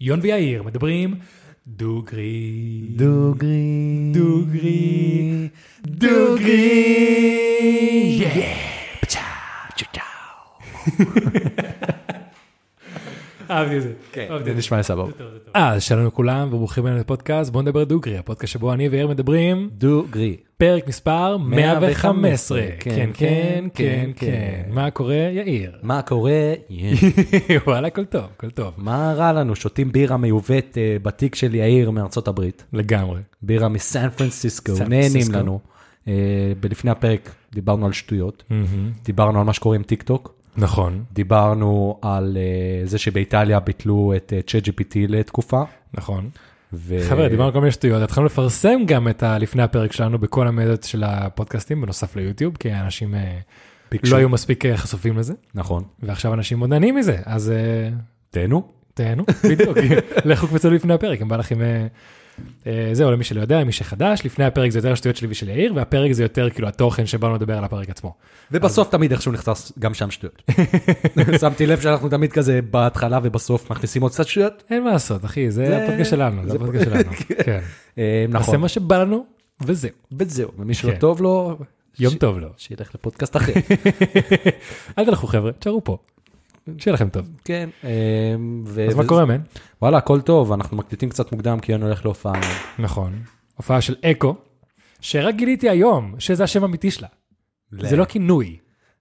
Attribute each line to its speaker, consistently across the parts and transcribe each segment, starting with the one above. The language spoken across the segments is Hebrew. Speaker 1: יון ויאיר מדברים דוגרי.
Speaker 2: דוגרי.
Speaker 1: דוגרי.
Speaker 2: דוגרי.
Speaker 1: יא, פצ'ה, צ'צ'או. אהבתי את זה.
Speaker 2: כן,
Speaker 1: אהבתי
Speaker 2: זה
Speaker 1: את זה.
Speaker 2: נשמע סבבה.
Speaker 1: זה טוב, זה טוב. אה, אז שלום לכולם וברוכים אלינו לפודקאסט, בואו נדבר דוגרי, הפודקאסט שבו אני ויאיר מדברים,
Speaker 2: דוגרי.
Speaker 1: פרק מספר 115.
Speaker 2: כן,
Speaker 1: כן, כן, כן,
Speaker 2: כן.
Speaker 1: כן. מה קורה, יאיר?
Speaker 2: מה קורה?
Speaker 1: וואלה, הכל טוב, הכל טוב.
Speaker 2: מה רע לנו? שותים בירה מיובאת אה, בתיק של יאיר מארצות הברית.
Speaker 1: לגמרי.
Speaker 2: בירה מסן פרנסיסקו,
Speaker 1: סן
Speaker 2: נהנים
Speaker 1: פרנסיסקו.
Speaker 2: לנו. אה, בלפני הפרק דיברנו על שטויות, דיברנו על מה שקורה עם טיק טוק,
Speaker 1: נכון,
Speaker 2: דיברנו על אה, זה שבאיטליה ביטלו את אה, צ'אט GPT לתקופה.
Speaker 1: נכון.
Speaker 2: ו-
Speaker 1: חבר'ה, דיברנו על כל מיני שטויות, התחלנו לפרסם גם את ה- לפני הפרק שלנו בכל המדיות של הפודקאסטים, בנוסף ליוטיוב, כי האנשים אה,
Speaker 2: ביקשו.
Speaker 1: לא היו מספיק אה, חשופים לזה,
Speaker 2: נכון.
Speaker 1: ועכשיו אנשים מאוד נהנים מזה, אז אה,
Speaker 2: תהנו.
Speaker 1: תהנו, בדיוק, לכו קבצו לפני הפרק, אם בא לכם... אה, אה, זהו, למי שלא יודע, מי שחדש, לפני הפרק זה יותר השטויות שלי ושל יאיר, והפרק זה יותר כאילו התוכן שבאנו לדבר על הפרק עצמו.
Speaker 2: ובסוף תמיד איכשהו נכנס גם שם שטויות. שמתי לב שאנחנו תמיד כזה בהתחלה ובסוף מכניסים עוד קצת שטויות.
Speaker 1: אין מה לעשות, אחי, זה
Speaker 2: זה-
Speaker 1: הפודקאסט שלנו, זה
Speaker 2: זה-
Speaker 1: הפודקאסט שלנו, כן.
Speaker 2: אה,
Speaker 1: נעשה
Speaker 2: נכון.
Speaker 1: מה שבא לנו, וזהו,
Speaker 2: וזהו, ומי שלא
Speaker 1: כן.
Speaker 2: טוב לו,
Speaker 1: יום
Speaker 2: ש-
Speaker 1: טוב לו.
Speaker 2: שילך לפודקאסט אחר.
Speaker 1: אל תלכו חבר'ה, תשארו פה. שיהיה לכם טוב.
Speaker 2: כן. אה, ו-
Speaker 1: אז מה
Speaker 2: ו-
Speaker 1: קורה מן?
Speaker 2: וואלה, הכל טוב, אנחנו מקליטים קצת מוקדם כי אני הולך להופעה.
Speaker 1: נכון. הופעה של אקו, שרק גיליתי היום שזה השם האמיתי שלה. זה לא כינוי.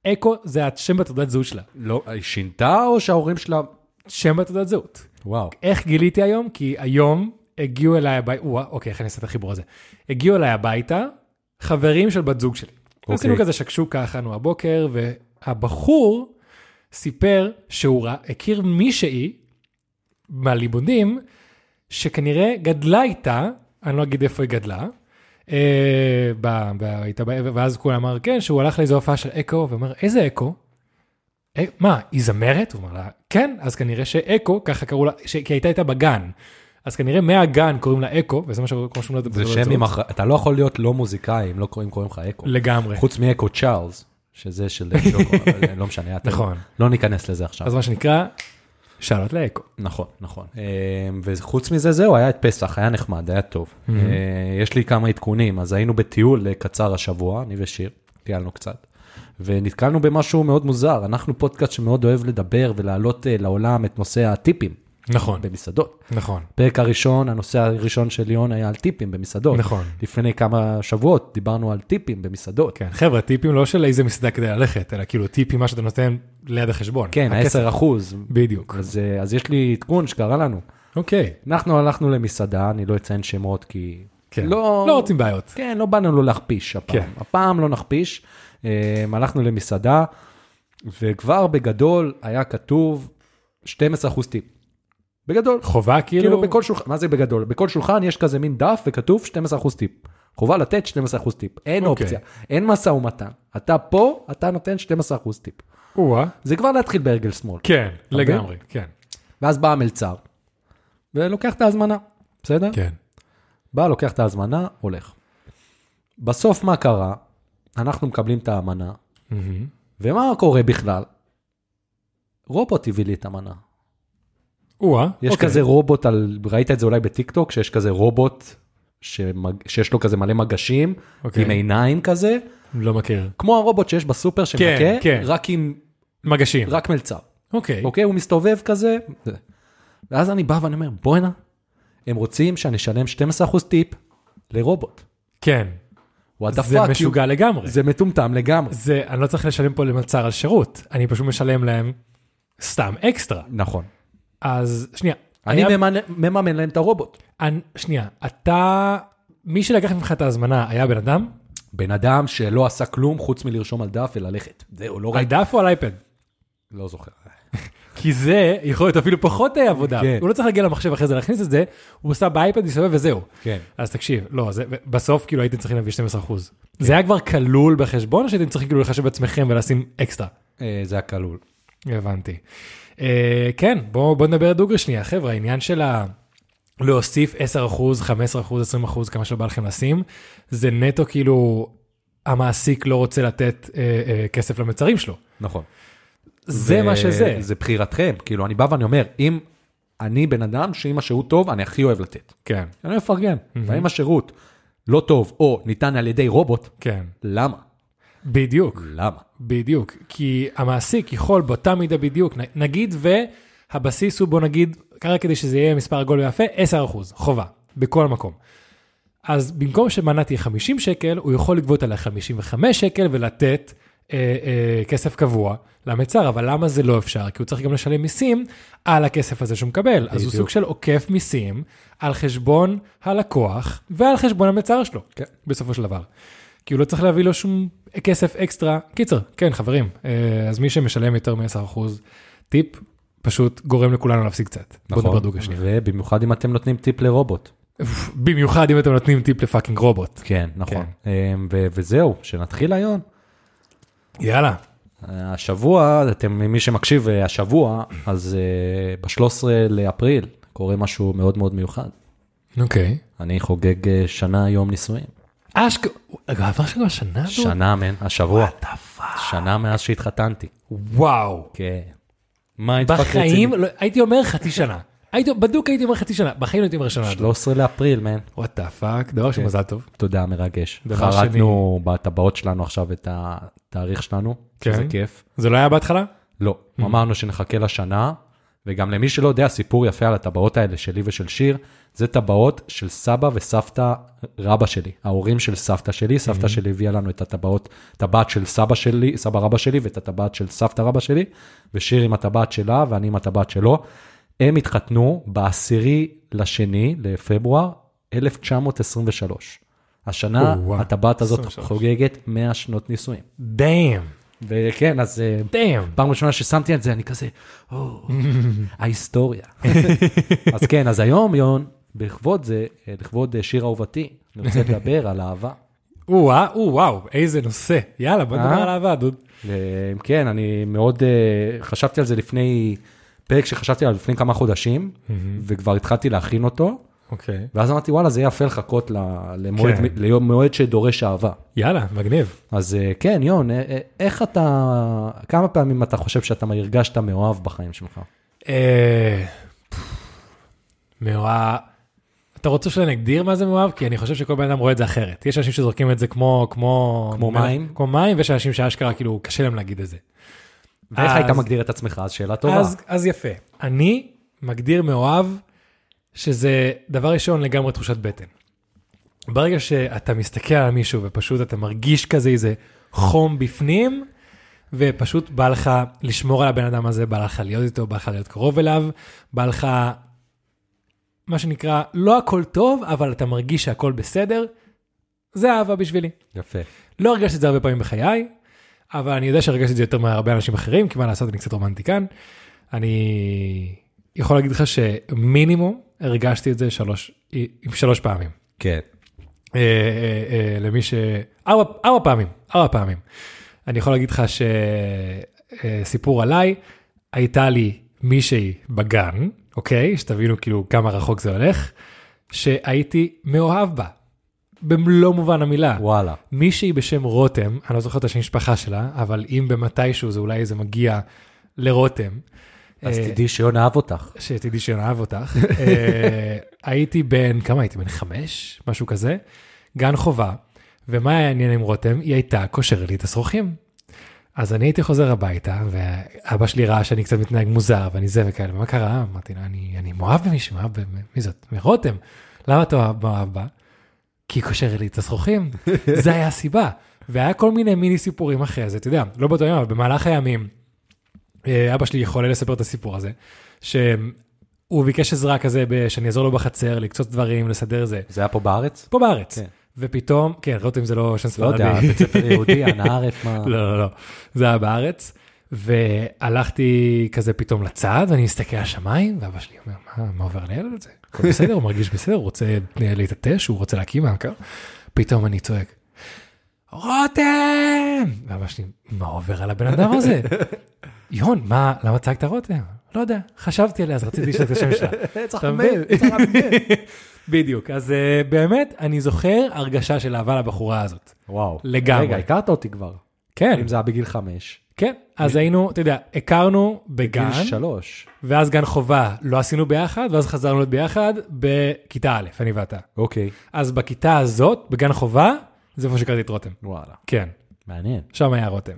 Speaker 1: אקו זה השם בתעודת זהות שלה.
Speaker 2: לא, היא שינתה או שההורים שלה...
Speaker 1: שם בתעודת זהות.
Speaker 2: וואו.
Speaker 1: איך גיליתי היום? כי היום הגיעו אליי הביתה, אוקיי, איך אני אעשה את החיבור הזה? הגיעו אליי הביתה חברים של בת זוג שלי.
Speaker 2: אוקיי.
Speaker 1: עשינו כזה שקשוקה, אכלנו הבוקר, והבחור סיפר שהוא ראה- הכיר מישהי מהלימודים, שכנראה גדלה איתה, אני לא אגיד איפה היא גדלה, אה, ב- ב- הייתה ב- ואז כולם אמר כן, שהוא הלך לאיזו הופעה של אקו, ואומר, איזה אקו? "אה, מה, היא זמרת? הוא אמר לה, כן, אז כנראה שאקו, ככה קראו לה, ש- כי היא הייתה איתה בגן. אז כנראה מהגן קוראים לה אקו, וזה מה שקוראים לה
Speaker 2: זה שם עם... אח- אתה לא יכול להיות לא מוזיקאי אם לא קוראים קוראים לך אקו.
Speaker 1: לגמרי.
Speaker 2: חוץ מאקו צ'ארלס, שזה של שוקו, אבל לא משנה, אתם-
Speaker 1: נכון.
Speaker 2: לא ניכנס לזה עכשיו.
Speaker 1: אז מה שנקרא, שאלות לאקו.
Speaker 2: נכון, נכון. אה, וחוץ מזה, זהו, היה את פסח, היה נחמד, היה טוב. אה, יש לי כמה עדכונים, אז היינו בטיול אה, קצר השבוע, אני ושיר, טיילנו קצת, ונתקלנו במשהו מאוד מוזר. אנחנו פודקאסט שמאוד אוהב לדבר ולהעלות אה, לעולם את נושא הטיפים
Speaker 1: נכון,
Speaker 2: במסעדות.
Speaker 1: נכון.
Speaker 2: הפרק הראשון, הנושא הראשון של ליאון היה על טיפים במסעדות.
Speaker 1: נכון.
Speaker 2: לפני כמה שבועות דיברנו על טיפים במסעדות.
Speaker 1: כן, חבר'ה, טיפים לא של איזה מסעדה כדי ללכת, אלא כאילו טיפים מה שאתה נותן ליד החשבון.
Speaker 2: כן,
Speaker 1: הכסף.
Speaker 2: ה-10 אחוז.
Speaker 1: בדיוק.
Speaker 2: אז, אה, אז יש לי עדכון שקרה לנו.
Speaker 1: אוקיי.
Speaker 2: אנחנו הלכנו למסעדה, אני לא אציין שמות כי...
Speaker 1: כן.
Speaker 2: לא...
Speaker 1: לא רוצים בעיות.
Speaker 2: כן, לא באנו לו להכפיש הפעם.
Speaker 1: כן.
Speaker 2: כן. הפעם לא נכפיש. אה, הלכנו למסעדה, וכבר בגדול היה כתוב 12 אחוז טיפ. בגדול.
Speaker 1: חובה כאילו?
Speaker 2: כאילו בכל שולחן, מה זה בגדול? בכל שולחן יש כזה מין דף וכתוב 12 אחוז טיפ. חובה לתת 12 אחוז טיפ. אין
Speaker 1: אוקיי.
Speaker 2: אופציה, אין משא ומתן. אתה פה, אתה נותן 12 אחוז טיפ.
Speaker 1: או-אה.
Speaker 2: זה כבר להתחיל ברגל שמאל.
Speaker 1: כן,
Speaker 2: מבין?
Speaker 1: לגמרי, כן.
Speaker 2: ואז בא המלצר, ולוקח את ההזמנה, בסדר?
Speaker 1: כן.
Speaker 2: בא, לוקח את ההזמנה, הולך. בסוף מה קרה? אנחנו מקבלים את האמנה,
Speaker 1: מהמם.
Speaker 2: ומה קורה בכלל? רובוט הביא לי את המנה.
Speaker 1: או-אה.
Speaker 2: יש
Speaker 1: אוקיי.
Speaker 2: כזה רובוט, על, ראית את זה אולי בטיקטוק, שיש כזה רובוט שמג, שיש לו כזה מלא מגשים,
Speaker 1: אוקיי.
Speaker 2: עם עיניים כזה,
Speaker 1: לא מכיר.
Speaker 2: כמו הרובוט שיש בסופר שמכה,
Speaker 1: כן, כן.
Speaker 2: רק עם,
Speaker 1: מגשים.
Speaker 2: רק מלצר.
Speaker 1: אוקיי.
Speaker 2: אוקיי, הוא מסתובב כזה, ואז אני בא ואני אומר, בואנה, הם רוצים שאני אשלם 12% טיפ לרובוט.
Speaker 1: כן.
Speaker 2: What the
Speaker 1: זה
Speaker 2: fuck you-
Speaker 1: משוגע לגמרי.
Speaker 2: זה מטומטם לגמרי.
Speaker 1: זה, אני לא צריך לשלם פה למלצר על שירות, אני פשוט משלם להם סתם אקסטרה.
Speaker 2: נכון.
Speaker 1: אז שנייה.
Speaker 2: אני
Speaker 1: היה-
Speaker 2: מממן- מממן להם את הרובוט.
Speaker 1: אני- שנייה, אתה, מי שלקח ממך את ההזמנה היה בן אדם?
Speaker 2: בן אדם שלא עשה כלום חוץ מלרשום על דף וללכת. זהו, לא
Speaker 1: על
Speaker 2: ראיתי.
Speaker 1: דף או על אייפד?
Speaker 2: לא זוכר.
Speaker 1: כי זה יכול להיות אפילו פחות אה, עבודה.
Speaker 2: כן.
Speaker 1: הוא לא צריך להגיע למחשב אחרי זה להכניס את זה, הוא עושה באייפד, מסתובב וזהו.
Speaker 2: כן.
Speaker 1: אז תקשיב, לא, זה, בסוף כאילו הייתם צריכים להביא 12 אחוז. זה היה כבר כלול בחשבון, או שהייתם צריכים כאילו לחשב בעצמכם ולשים אקסטרה?
Speaker 2: אה, זה היה כלול.
Speaker 1: הבנתי. אה, כן, בואו בוא נדבר דוגרי שנייה, חבר'ה, העניין של ה... להוסיף 10 אחוז, 15 אחוז, 20 אחוז, כמה שבא לכם לשים, זה נטו כאילו המעסיק לא רוצה לתת אה, אה, כסף למצרים שלו.
Speaker 2: נכון.
Speaker 1: זה
Speaker 2: ו-
Speaker 1: מה שזה.
Speaker 2: זה בחירתכם. כאילו, אני בא ואני אומר, אם אני בן אדם שאם השירות טוב, אני הכי אוהב לתת.
Speaker 1: כן,
Speaker 2: אני אוהב לפרגן. ואם השירות לא טוב, או ניתן על ידי רובוט,
Speaker 1: כן.
Speaker 2: למה?
Speaker 1: בדיוק,
Speaker 2: למה?
Speaker 1: בדיוק. כי המעסיק יכול באותה מידה בדיוק, נ- נגיד והבסיס הוא בוא נגיד, רק כדי שזה יהיה מספר עגול ויפה, 10% חובה, בכל מקום. אז במקום שמנה תהיה 50 שקל, הוא יכול לגבות עליה 55 שקל ולתת אה, אה, כסף קבוע למצר, אבל למה זה לא אפשר? כי הוא צריך גם לשלם מיסים על הכסף הזה שהוא מקבל. אז הוא
Speaker 2: בדיוק.
Speaker 1: סוג של עוקף מיסים על חשבון הלקוח ועל חשבון המצר שלו,
Speaker 2: כן.
Speaker 1: בסופו של דבר. כי הוא לא צריך להביא לו שום כסף אקסטרה. קיצר, כן חברים, אה, אז מי שמשלם יותר מ-10% טיפ, פשוט גורם לכולנו להפסיק קצת. נכון. בוא נברדוג השנייה.
Speaker 2: ובמיוחד אם אתם נותנים טיפ לרובוט.
Speaker 1: במיוחד אם אתם נותנים טיפ לפאקינג רובוט.
Speaker 2: כן, נכון. אמ, ו- וזהו, שנתחיל היום.
Speaker 1: יאללה.
Speaker 2: השבוע, אתם, מי שמקשיב אה, השבוע, אז ב-13 לאפריל קורה משהו מאוד מאוד מיוחד.
Speaker 1: אוקיי.
Speaker 2: אני חוגג אה, שנה יום נישואים.
Speaker 1: אשכרה, עבר שם השנה הזו?
Speaker 2: שנה, מן, השבוע. שנה מאז שהתחתנתי.
Speaker 1: וואו.
Speaker 2: כן. מה הדפקת
Speaker 1: בחיים,
Speaker 2: רציני?
Speaker 1: לא- הייתי אומר חצי שנה. הייתי, בדוק הייתי אומר חצי שנה, בחיים לא הייתי אומר שנה. כן.
Speaker 2: 13 לאפריל, מן.
Speaker 1: וואט דה פאק, דבר שמזל טוב.
Speaker 2: תודה, מרגש.
Speaker 1: דבר שני-
Speaker 2: חרטנו בטבעות שלנו עכשיו את התאריך שלנו,
Speaker 1: כן.
Speaker 2: שזה כיף.
Speaker 1: זה לא היה בהתחלה?
Speaker 2: לא, אמרנו שנחכה לשנה, וגם למי שלא יודע, סיפור יפה על הטבעות האלה שלי ושל שיר, זה טבעות של סבא וסבתא רבא שלי, ההורים של סבתא שלי, סבתא שלי הביאה לנו את הטבעות, טבעת של סבא שלי, סבא רבא שלי, ואת הטבעת של סבתא רבא שלי, ושיר עם הטבעת שלה ואני עם הטבעת שלו. הם התחתנו בעשירי לשני לפברואר 1923. השנה
Speaker 1: או-אה,
Speaker 2: הטבעת הזאת
Speaker 1: 23.
Speaker 2: חוגגת 100 שנות נישואים.
Speaker 1: דאם,
Speaker 2: וכן, אז אה,
Speaker 1: דאם.
Speaker 2: פעם ראשונה ששמתי על זה, אני כזה, או, ההיסטוריה. אז כן, אז היום, יון, בעקבות זה, אה, לכבוד אה, שיר אהובתי, אני רוצה לדבר על אהבה.
Speaker 1: או-אה, או-וואו, איזה נושא. יאללה, בוא נדבר
Speaker 2: אה?
Speaker 1: על אהבה, דוד.
Speaker 2: אה, כן, אני מאוד, אה, חשבתי על זה לפני, פרק שחשבתי עליו לפני כמה חודשים, וכבר התחלתי להכין אותו,
Speaker 1: אוקיי.
Speaker 2: ואז אמרתי, וואלה, זה יהיה יפה לחכות ל- למועד
Speaker 1: כן.
Speaker 2: ליום- מועד שדורש אהבה.
Speaker 1: יאללה, מגניב.
Speaker 2: אז אה, כן, יון, אה, אה, איך אתה, כמה פעמים אתה חושב שאתה הרגשת מאוהב בחיים שלך?
Speaker 1: אה, מאוהב. אתה רוצה שנגדיר מה זה מאוהב? כי אני חושב שכל בן אדם רואה את זה אחרת. יש אנשים שזורקים את זה כמו... כמו
Speaker 2: כמו מים?
Speaker 1: כמו מים, ויש אנשים שאשכרה, כאילו, קשה להם להגיד את זה.
Speaker 2: ואיך היית
Speaker 1: אז-
Speaker 2: מגדיר את עצמך? אז שאלה טובה.
Speaker 1: אז, אז יפה. אני מגדיר מאוהב שזה דבר ראשון לגמרי תחושת בטן. ברגע שאתה מסתכל על מישהו ופשוט אתה מרגיש כזה איזה חום בפנים, ופשוט בא לך לשמור על הבן אדם הזה, בא לך להיות איתו, בא לך להיות קרוב אליו, בא לך, מה שנקרא, לא הכל טוב, אבל אתה מרגיש שהכל בסדר, זה אהבה בשבילי.
Speaker 2: יפה.
Speaker 1: לא הרגשתי את זה הרבה פעמים בחיי, אבל אני יודע שהרגשתי את זה יותר מהרבה אנשים אחרים, כי מה לעשות, אני קצת רומנטיקן. אני יכול להגיד לך שמינימום הרגשתי את זה שלוש, עם שלוש פעמים.
Speaker 2: כן.
Speaker 1: אה, אה, אה, למי ש... ארבע, ארבע פעמים, ארבע פעמים. אני יכול להגיד לך שסיפור עליי, הייתה לי מישהי בגן, אוקיי? שתבינו כאילו כמה רחוק זה הולך, שהייתי מאוהב בה, במלוא מובן המילה.
Speaker 2: וואלה.
Speaker 1: מישהי בשם רותם, אני לא זוכר את השם משפחה שלה, אבל אם במתישהו זה אולי זה מגיע לרותם,
Speaker 2: אז
Speaker 1: אה,
Speaker 2: תדעי שיון אהב אותך.
Speaker 1: שתדעי שאני אוהב אותך, אה, הייתי בן, כמה הייתי? בן חמש? משהו כזה, גן חובה, ומה היה העניין עם רותם? היא הייתה קושרת לי את השרוכים. אז אני הייתי חוזר הביתה, ואבא שלי ראה שאני קצת מתנהג מוזר, ואני זה וכאלה, ומה קרה? אמרתי לו, אני, אני מאוהב במישהו, מאוהב ב... מי זאת? מרותם. למה אתה מאוהב- מאוהב בה? כי היא קושרת לי את הזכוכים. זה היה הסיבה. והיה כל מיני מיני סיפורים אחרי זה, אתה יודע, לא באותו יום, אבל במהלך הימים, אה, אבא שלי חולה לספר את הסיפור הזה, שהוא ביקש עזרה כזה, ב- שאני אעזור לו בחצר, לקצוץ דברים, לסדר זה.
Speaker 2: זה היה פה בארץ?
Speaker 1: פה בארץ.
Speaker 2: כן.
Speaker 1: ופתאום, כן, רותם זה לא שם
Speaker 2: לא
Speaker 1: ספרדי.
Speaker 2: יודע, בית ספר יהודי, הנערף, מה...
Speaker 1: לא, לא, לא, זה היה בארץ. והלכתי כזה פתאום לצד, ואני מסתכל על השמיים, ואבא שלי אומר, מה, מה עובר לילד הזה? הכל בסדר, הוא מרגיש בסדר, הוא רוצה אה, להתעטש, הוא רוצה להקים מהקר. פתאום אני צועק, רותם! ואבא שלי, מה עובר על הבן אדם הזה? יון, מה, למה צעקת רותם? לא יודע, חשבתי עליה, אז רציתי לשאול את השם שלה.
Speaker 2: אה, צריך
Speaker 1: אתה מבין? בדיוק, אז אה, באמת, אני זוכר הרגשה של אהבה לבחורה הזאת.
Speaker 2: וואו.
Speaker 1: לגמרי.
Speaker 2: רגע, הכרת אותי כבר.
Speaker 1: כן.
Speaker 2: אם זה היה בגיל חמש.
Speaker 1: כן, אז היינו, אתה יודע, הכרנו בגן,
Speaker 2: גיל שלוש.
Speaker 1: ואז גן חובה לא עשינו ביחד, ואז חזרנו להיות ביחד בכיתה א', אני ואתה.
Speaker 2: אוקיי.
Speaker 1: אז בכיתה הזאת, בגן חובה, זה איפה שהכרתי את רותם.
Speaker 2: וואלה.
Speaker 1: כן.
Speaker 2: מעניין.
Speaker 1: שם היה רותם.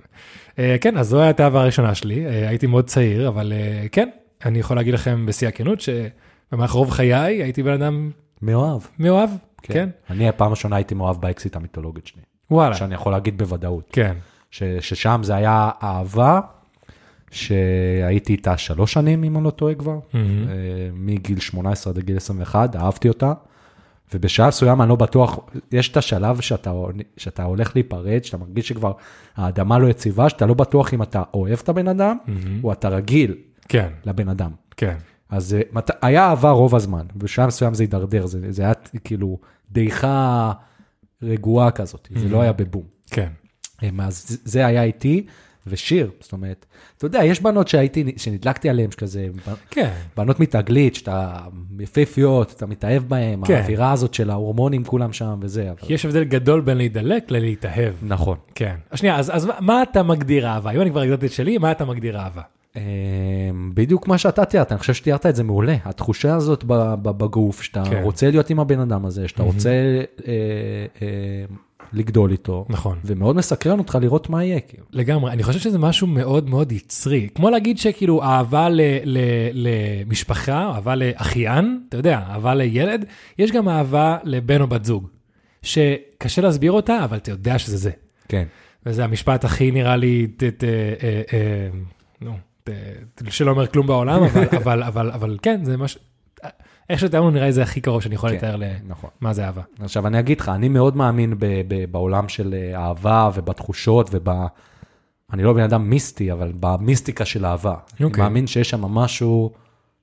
Speaker 1: אה, כן, אז זו הייתה האהבה הראשונה שלי, אה, הייתי מאוד צעיר, אבל אה, כן, אני יכול להגיד לכם בשיא הכנות שבמהלך רוב חיי הייתי בן אדם
Speaker 2: מאוהב.
Speaker 1: מאוהב, כן.
Speaker 2: אני הפעם הראשונה הייתי מאוהב באקסיט המיתולוגית שלי.
Speaker 1: וואלה,
Speaker 2: שאני יכול להגיד בוודאות.
Speaker 1: כן.
Speaker 2: ש, ששם זה היה אהבה, שהייתי איתה שלוש שנים, אם אני לא טועה כבר,
Speaker 1: Mm-hmm.
Speaker 2: אה, מגיל 18 עד גיל 21, אהבתי אותה. ובשלב מסוים אני לא בטוח, יש את השלב שאתה, שאתה הולך להיפרד, שאתה מרגיש שכבר האדמה לא יציבה, שאתה לא בטוח אם אתה אוהב את הבן אדם, או אתה רגיל
Speaker 1: כן,
Speaker 2: לבן אדם.
Speaker 1: כן.
Speaker 2: אז אה, מת... היה אהבה רוב הזמן, ובשלב מסוים זה הידרדר, זה, זה היה כאילו דעיכה רגועה כזאת, זה לא היה בבום.
Speaker 1: כן.
Speaker 2: הם, אז זה- זה היה איתי, ושיר, זאת אומרת, אתה יודע, יש בנות שהייתי, שנדלקתי עליהן, שכזה, ב-
Speaker 1: כן.
Speaker 2: בנות מתאגלית, שאתה יפהפיות, אתה מתאהב בהן,
Speaker 1: כן.
Speaker 2: האווירה הזאת של ההורמונים כולם שם וזה, אבל...
Speaker 1: יש הבדל גדול בין להידלק ללהתאהב.
Speaker 2: נכון.
Speaker 1: כן. שנייה, אז, אז מה- מה אתה מגדיר אהבה? אם אני כבר הגדרתי את שלי, מה אתה מגדיר אהבה?
Speaker 2: אמ, בדיוק מה שאתה תיארת, אני חושב שתיארת את זה מעולה. התחושה הזאת ב- ב- בגוף, שאתה
Speaker 1: כן.
Speaker 2: רוצה להיות עם הבן אדם הזה, שאתה רוצה אה, אה, לגדול איתו,
Speaker 1: נכון.
Speaker 2: ומאוד מסקרן אותך לראות מה יהיה, כאילו.
Speaker 1: לגמרי, אני חושב שזה משהו מאוד מאוד יצרי. כמו להגיד שכאילו אהבה ל, ל, למשפחה, אהבה לאחיין, אתה יודע, אהבה לילד, יש גם אהבה לבן או בת זוג, שקשה להסביר אותה, אבל אתה יודע שזה זה.
Speaker 2: כן.
Speaker 1: וזה המשפט הכי נראה לי, ת, ת, אה, אה, אה, נו, ת, ת, שלא אומר כלום בעולם, אבל, אבל, אבל, אבל כן, זה משהו, איך שתיארנו נראה לי זה הכי קרוב שאני יכול
Speaker 2: כן,
Speaker 1: לתאר
Speaker 2: נכון.
Speaker 1: למה זה אהבה.
Speaker 2: עכשיו אני אגיד לך, אני מאוד מאמין ב- ב- בעולם של אה, אהבה ובתחושות וב... אני לא בן אדם מיסטי, אבל במיסטיקה של אהבה. אני
Speaker 1: אוקיי.
Speaker 2: מאמין שיש שם משהו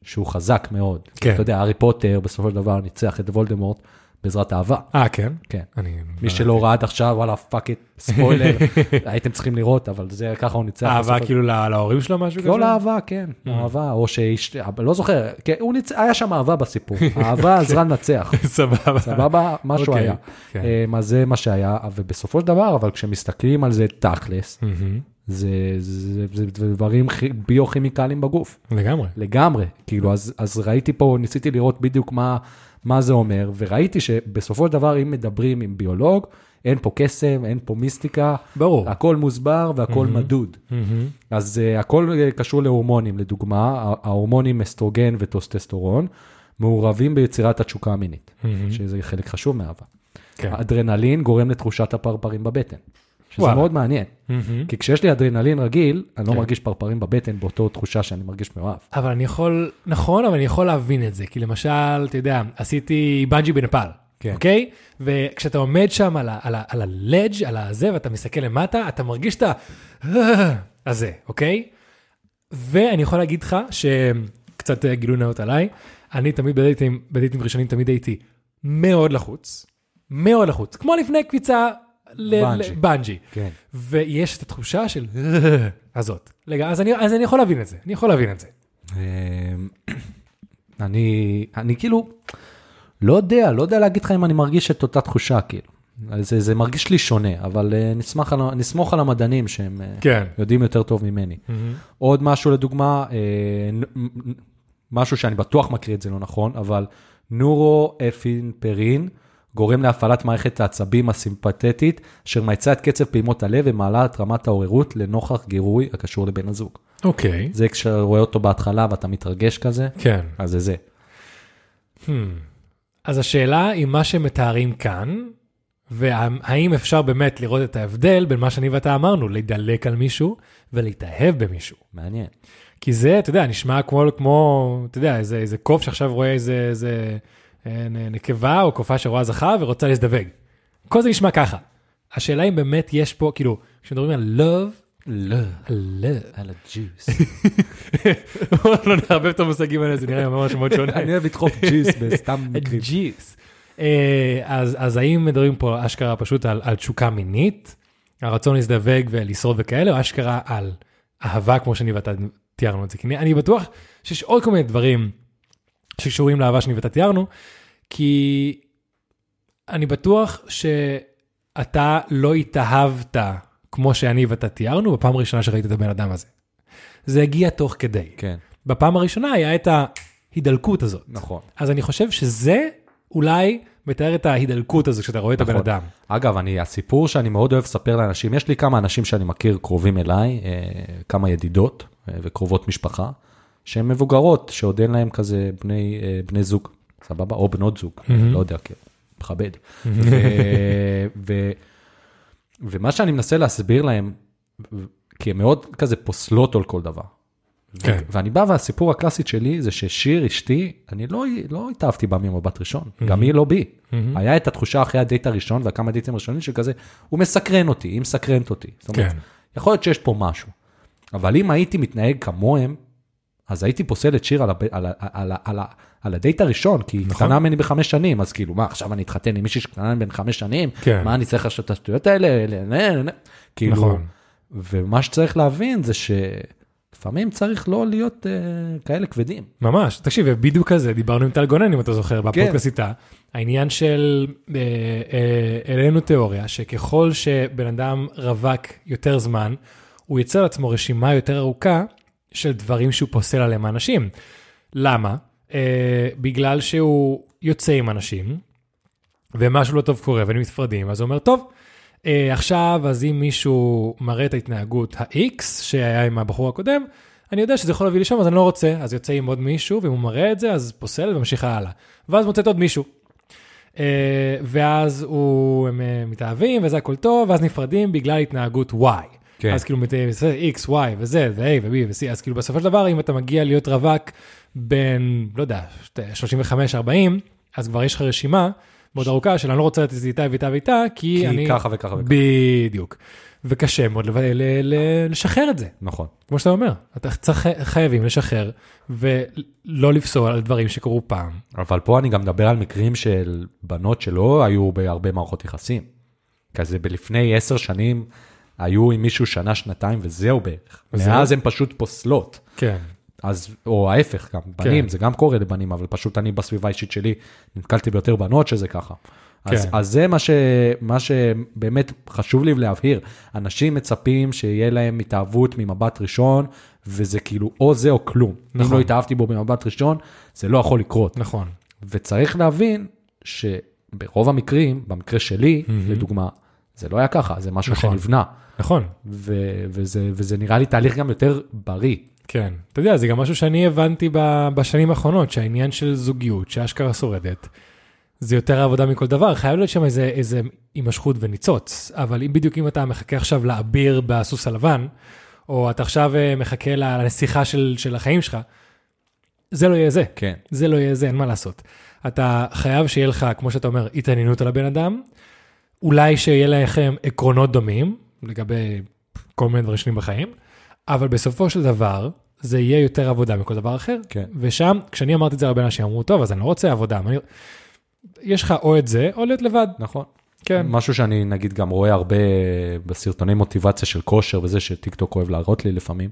Speaker 2: שהוא חזק מאוד.
Speaker 1: כן.
Speaker 2: אתה יודע, הארי פוטר בסופו של דבר ניצח את וולדמורט בעזרת אהבה.
Speaker 1: אה, כן?
Speaker 2: כן.
Speaker 1: אני...
Speaker 2: מי
Speaker 1: אוקיי.
Speaker 2: שלא ראה עד עכשיו, וואלה, פאק איט, ספוילר, הייתם צריכים לראות, אבל זה ככה הוא ניצח.
Speaker 1: אהבה אה.
Speaker 2: בסופו-
Speaker 1: כאילו לה- להורים שלו משהו כזה?
Speaker 2: כל אהבה, כן, אהבה, או שאיש, אבל לא זוכר, כן, הוא ניצ... היה שם אהבה בסיפור, אהבה עזרה לנצח.
Speaker 1: סבבה.
Speaker 2: סבבה, משהו
Speaker 1: אוקיי,
Speaker 2: היה.
Speaker 1: כן.
Speaker 2: אמ, אז זה מה שהיה, ובסופו של דבר, אבל כשמסתכלים על זה תכלס,
Speaker 1: מהמם.
Speaker 2: זה, זה, זה, זה דברים כי- ביוכימיקליים בגוף,
Speaker 1: לגמרי.
Speaker 2: לגמרי. כאילו, אז, אז ראיתי פה, ניסיתי לראות בדיוק מה, מה זה אומר, וראיתי שבסופו של דבר, אם מדברים עם ביולוג, אין פה קסם, אין פה מיסטיקה,
Speaker 1: ברור.
Speaker 2: הכל מוסבר והכל מדוד.
Speaker 1: מהמם.
Speaker 2: אז uh, הכל uh, קשור להורמונים, לדוגמה, ה- ההורמונים אסטרוגן וטוסטסטורון מעורבים ביצירת התשוקה המינית,
Speaker 1: מהמם.
Speaker 2: שזה חלק חשוב מהאהבה.
Speaker 1: כן.
Speaker 2: אה, האדרנלין גורם לתחושת הפרפרים בבטן, שזה
Speaker 1: וואלה.
Speaker 2: מאוד מעניין,
Speaker 1: מהמם.
Speaker 2: כי כשיש לי אדרנלין רגיל, אני לא
Speaker 1: כן.
Speaker 2: מרגיש פרפרים בבטן באותו תחושה שאני מרגיש מאוהב.
Speaker 1: אבל אני יכול, נכון, אבל אני יכול להבין את זה. כי למשל, אתה יודע, עשיתי בנג'י בנפאל,
Speaker 2: כן.
Speaker 1: אוקיי? וכשאתה עומד שם על ה- על ה- על הלדג', על הזה, ואתה מסתכל למטה, אתה מרגיש את ה... אה, הזה, אוקיי? ואני יכול להגיד לך שקצת אה, גילוי נאות עליי, אני תמיד בדייטים, בדייטים ראשונים תמיד הייתי מאוד לחוץ, מאוד לחוץ, כמו לפני קפיצה
Speaker 2: בנג'י.
Speaker 1: לבנג'י.
Speaker 2: כן.
Speaker 1: ויש את התחושה של אה, הזאת. רגע, אז אני, אז אני יכול להבין את זה, אני יכול להבין את זה.
Speaker 2: אמ, אני, אני כאילו, לא יודע, לא יודע להגיד לך אם אני מרגיש את אותה תחושה, כאילו. אז זה, זה מרגיש לי שונה, אבל אה, נסמך על, ה- נסמוך על המדענים שהם אה,
Speaker 1: כן.
Speaker 2: יודעים יותר טוב ממני. עוד משהו לדוגמה, אה, נ- נ- משהו שאני בטוח מקריא את זה לא נכון, אבל נורו-אפינפרין גורם להפעלת מערכת העצבים הסימפתטית, אשר מאיצה את קצב פעימות הלב ומעלה את רמת העוררות לנוכח גירוי הקשור לבן הזוג.
Speaker 1: אוקיי.
Speaker 2: זה כשרואה אותו בהתחלה ואתה מתרגש כזה,
Speaker 1: כן.
Speaker 2: אז זה זה.
Speaker 1: אז השאלה היא מה שמתארים כאן, והאם אפשר באמת לראות את ההבדל בין מה שאני ואתה אמרנו, להידלק על מישהו ולהתאהב במישהו.
Speaker 2: מעניין.
Speaker 1: כי זה, אתה יודע, נשמע כמו, כמו אתה יודע, איזה, איזה קוף שעכשיו רואה איזה, איזה אה, נ- נקבה או קופה שרואה זכר ורוצה להזדווג. כל זה נשמע ככה. השאלה אם באמת יש פה, כאילו, כשמדברים על love,
Speaker 2: לא,
Speaker 1: love,
Speaker 2: על הג'יוס.
Speaker 1: לא נערבב את המושגים האלה, זה נראה ממש מאוד שונה.
Speaker 2: אני אוהב לדחוף ג'יוס בסתם מקרים.
Speaker 1: ג'יס. אה, אז, אז האם מדברים פה אשכרה פשוט על, על תשוקה מינית, הרצון להזדווג ולשרוד וכאלה, או אשכרה על אהבה כמו שאני ואתה תיארנו את זה? כי אני, אני בטוח שיש עוד כל מיני דברים שקשורים לאהבה שאני ואתה תיארנו, כי אני בטוח שאתה לא התאהבת כמו שאני ואתה תיארנו בפעם הראשונה שראית את הבן אדם הזה. זה הגיע תוך כדי.
Speaker 2: כן,
Speaker 1: בפעם הראשונה היה את ההידלקות הזאת.
Speaker 2: נכון.
Speaker 1: אז אני חושב שזה אולי מתאר את ההידלקות הזו כשאתה רואה את הבן
Speaker 2: נכון.
Speaker 1: אדם.
Speaker 2: אגב, אני, הסיפור שאני מאוד אוהב לספר לאנשים, יש לי כמה אנשים שאני מכיר קרובים אליי, אה, כמה ידידות אה, וקרובות משפחה, שהן מבוגרות, שעוד אין להם כזה בני, אה, בני זוג, סבבה? או בנות זוג,
Speaker 1: מהמם.
Speaker 2: לא יודע, כאילו, מכבד. ו- ו- ומה שאני מנסה להסביר להם, ו- כי הן מאוד כזה פוסלות על כל דבר.
Speaker 1: כן.
Speaker 2: ואני בא והסיפור הקלאסית שלי זה ששיר אשתי, אני לא, לא התאהבתי בה ממבט ראשון, גם היא לא בי. היה את התחושה אחרי הדייט הראשון והכמה דייטים ראשונים שכזה, הוא מסקרן אותי, היא מסקרנת אותי. זאת אומרת,
Speaker 1: כן.
Speaker 2: יכול להיות שיש פה משהו. אבל אם הייתי מתנהג כמוהם, אז הייתי פוסל את שיר על, הב... על, ה- על, ה- על, ה- על הדייט הראשון, כי היא
Speaker 1: נכון.
Speaker 2: קטנה ממני בחמש שנים, אז כאילו, מה, עכשיו אני אתחתן עם מישהי שקטנה ממני בן חמש שנים?
Speaker 1: כן.
Speaker 2: מה, אני צריך עכשיו את השטויות האלה? נה, נה, נה, נה. כאילו,
Speaker 1: נכון.
Speaker 2: ומה שצריך להבין זה שלפעמים צריך לא להיות אה, כאלה כבדים.
Speaker 1: ממש, תקשיב, בדיוק על זה דיברנו עם טל גונן, אם אתה זוכר, בפודקאסט איתה, העניין של, אה, אה, העלינו תיאוריה שככל שבן אדם רווק יותר זמן, הוא יצר לעצמו רשימה יותר ארוכה של דברים שהוא פוסל עליהם אנשים. למה? אה, בגלל שהוא יוצא עם אנשים, ומשהו לא טוב קורה והם נפרדים, אז הוא אומר, טוב, אה, עכשיו, אז אם מישהו מראה את ההתנהגות ה-X שהיה עם הבחור הקודם, אני יודע שזה יכול להביא לי שם, אז אני לא רוצה. אז יוצא עם עוד מישהו, ואם הוא מראה את זה, אז פוסל וממשיך הלאה. ואז מוצאת עוד מישהו. אה, ואז הוא, הם אה, מתאהבים, וזה הכל טוב, ואז נפרדים בגלל התנהגות Y.
Speaker 2: כן.
Speaker 1: אז כאילו, מת- זה X, Y, וZ, ו-A, ו-B, ו-C, אז כאילו, בסופו של דבר, אם אתה מגיע להיות רווק בין, לא יודע, 35-40, אז כבר יש לך רשימה מאוד ארוכה של אני לא רוצה לתת איתה ואיתה ואיתה, כי,
Speaker 2: כי
Speaker 1: אני...
Speaker 2: ככה וככה וככה.
Speaker 1: בדיוק. וקשה מאוד לב- ל- ל- לשחרר את זה,
Speaker 2: נכון.
Speaker 1: כמו שאתה אומר. אתה צריך, חייבים לשחרר ולא לפסול על דברים שקרו פעם.
Speaker 2: אבל פה אני גם מדבר על מקרים של בנות שלא היו בהרבה מערכות יחסים. כזה בלפני עשר שנים היו עם מישהו שנה, שנתיים וזהו בערך.
Speaker 1: וזהו.
Speaker 2: מאז הן פשוט פוסלות.
Speaker 1: כן.
Speaker 2: אז, או ההפך גם, בנים, זה גם קורה לבנים, אבל פשוט אני בסביבה האישית שלי נתקלתי ביותר בנות שזה ככה. אז,
Speaker 1: כן.
Speaker 2: אז זה מה, ש, מה שבאמת חשוב לי להבהיר. אנשים מצפים שיהיה להם התאהבות ממבט ראשון, וזה כאילו או זה או כלום. נכון.
Speaker 1: נכון.
Speaker 2: אם לא התאהבתי בו ממבט ראשון, זה לא יכול לקרות.
Speaker 1: נכון.
Speaker 2: וצריך להבין שברוב המקרים, במקרה שלי, mm-hmm. לדוגמה, זה לא היה ככה, זה משהו
Speaker 1: נכון.
Speaker 2: נכון. שנבנה,
Speaker 1: נכון.
Speaker 2: ו- וזה, וזה נראה לי תהליך גם יותר בריא.
Speaker 1: כן. אתה יודע, זה גם משהו שאני הבנתי ב- בשנים האחרונות, שהעניין של זוגיות, שאשכרה שורדת, זה יותר עבודה מכל דבר. חייב להיות שם איזה, איזה הימשכות וניצוץ, אבל אם בדיוק אם אתה מחכה עכשיו לאביר בסוס הלבן, או אתה עכשיו אה, מחכה לנסיכה של, של החיים שלך, זה לא יהיה זה.
Speaker 2: כן.
Speaker 1: זה לא יהיה זה, אין מה לעשות. אתה חייב שיהיה לך, כמו שאתה אומר, התעניינות על הבן אדם, אולי שיהיה לכם עקרונות דומים לגבי כל מיני דברים שונים בחיים, אבל בסופו של דבר, זה יהיה יותר עבודה מכל דבר אחר.
Speaker 2: כן.
Speaker 1: ושם, כשאני אמרתי את זה הרבה אנשים אמרו, טוב, אז אני לא רוצה עבודה, אבל אני... יש לך או את זה, או להיות לבד.
Speaker 2: נכון.
Speaker 1: כן.
Speaker 2: משהו שאני נגיד גם רואה הרבה בסרטוני מוטיבציה של כושר וזה שטיקטוק אוהב להראות לי לפעמים,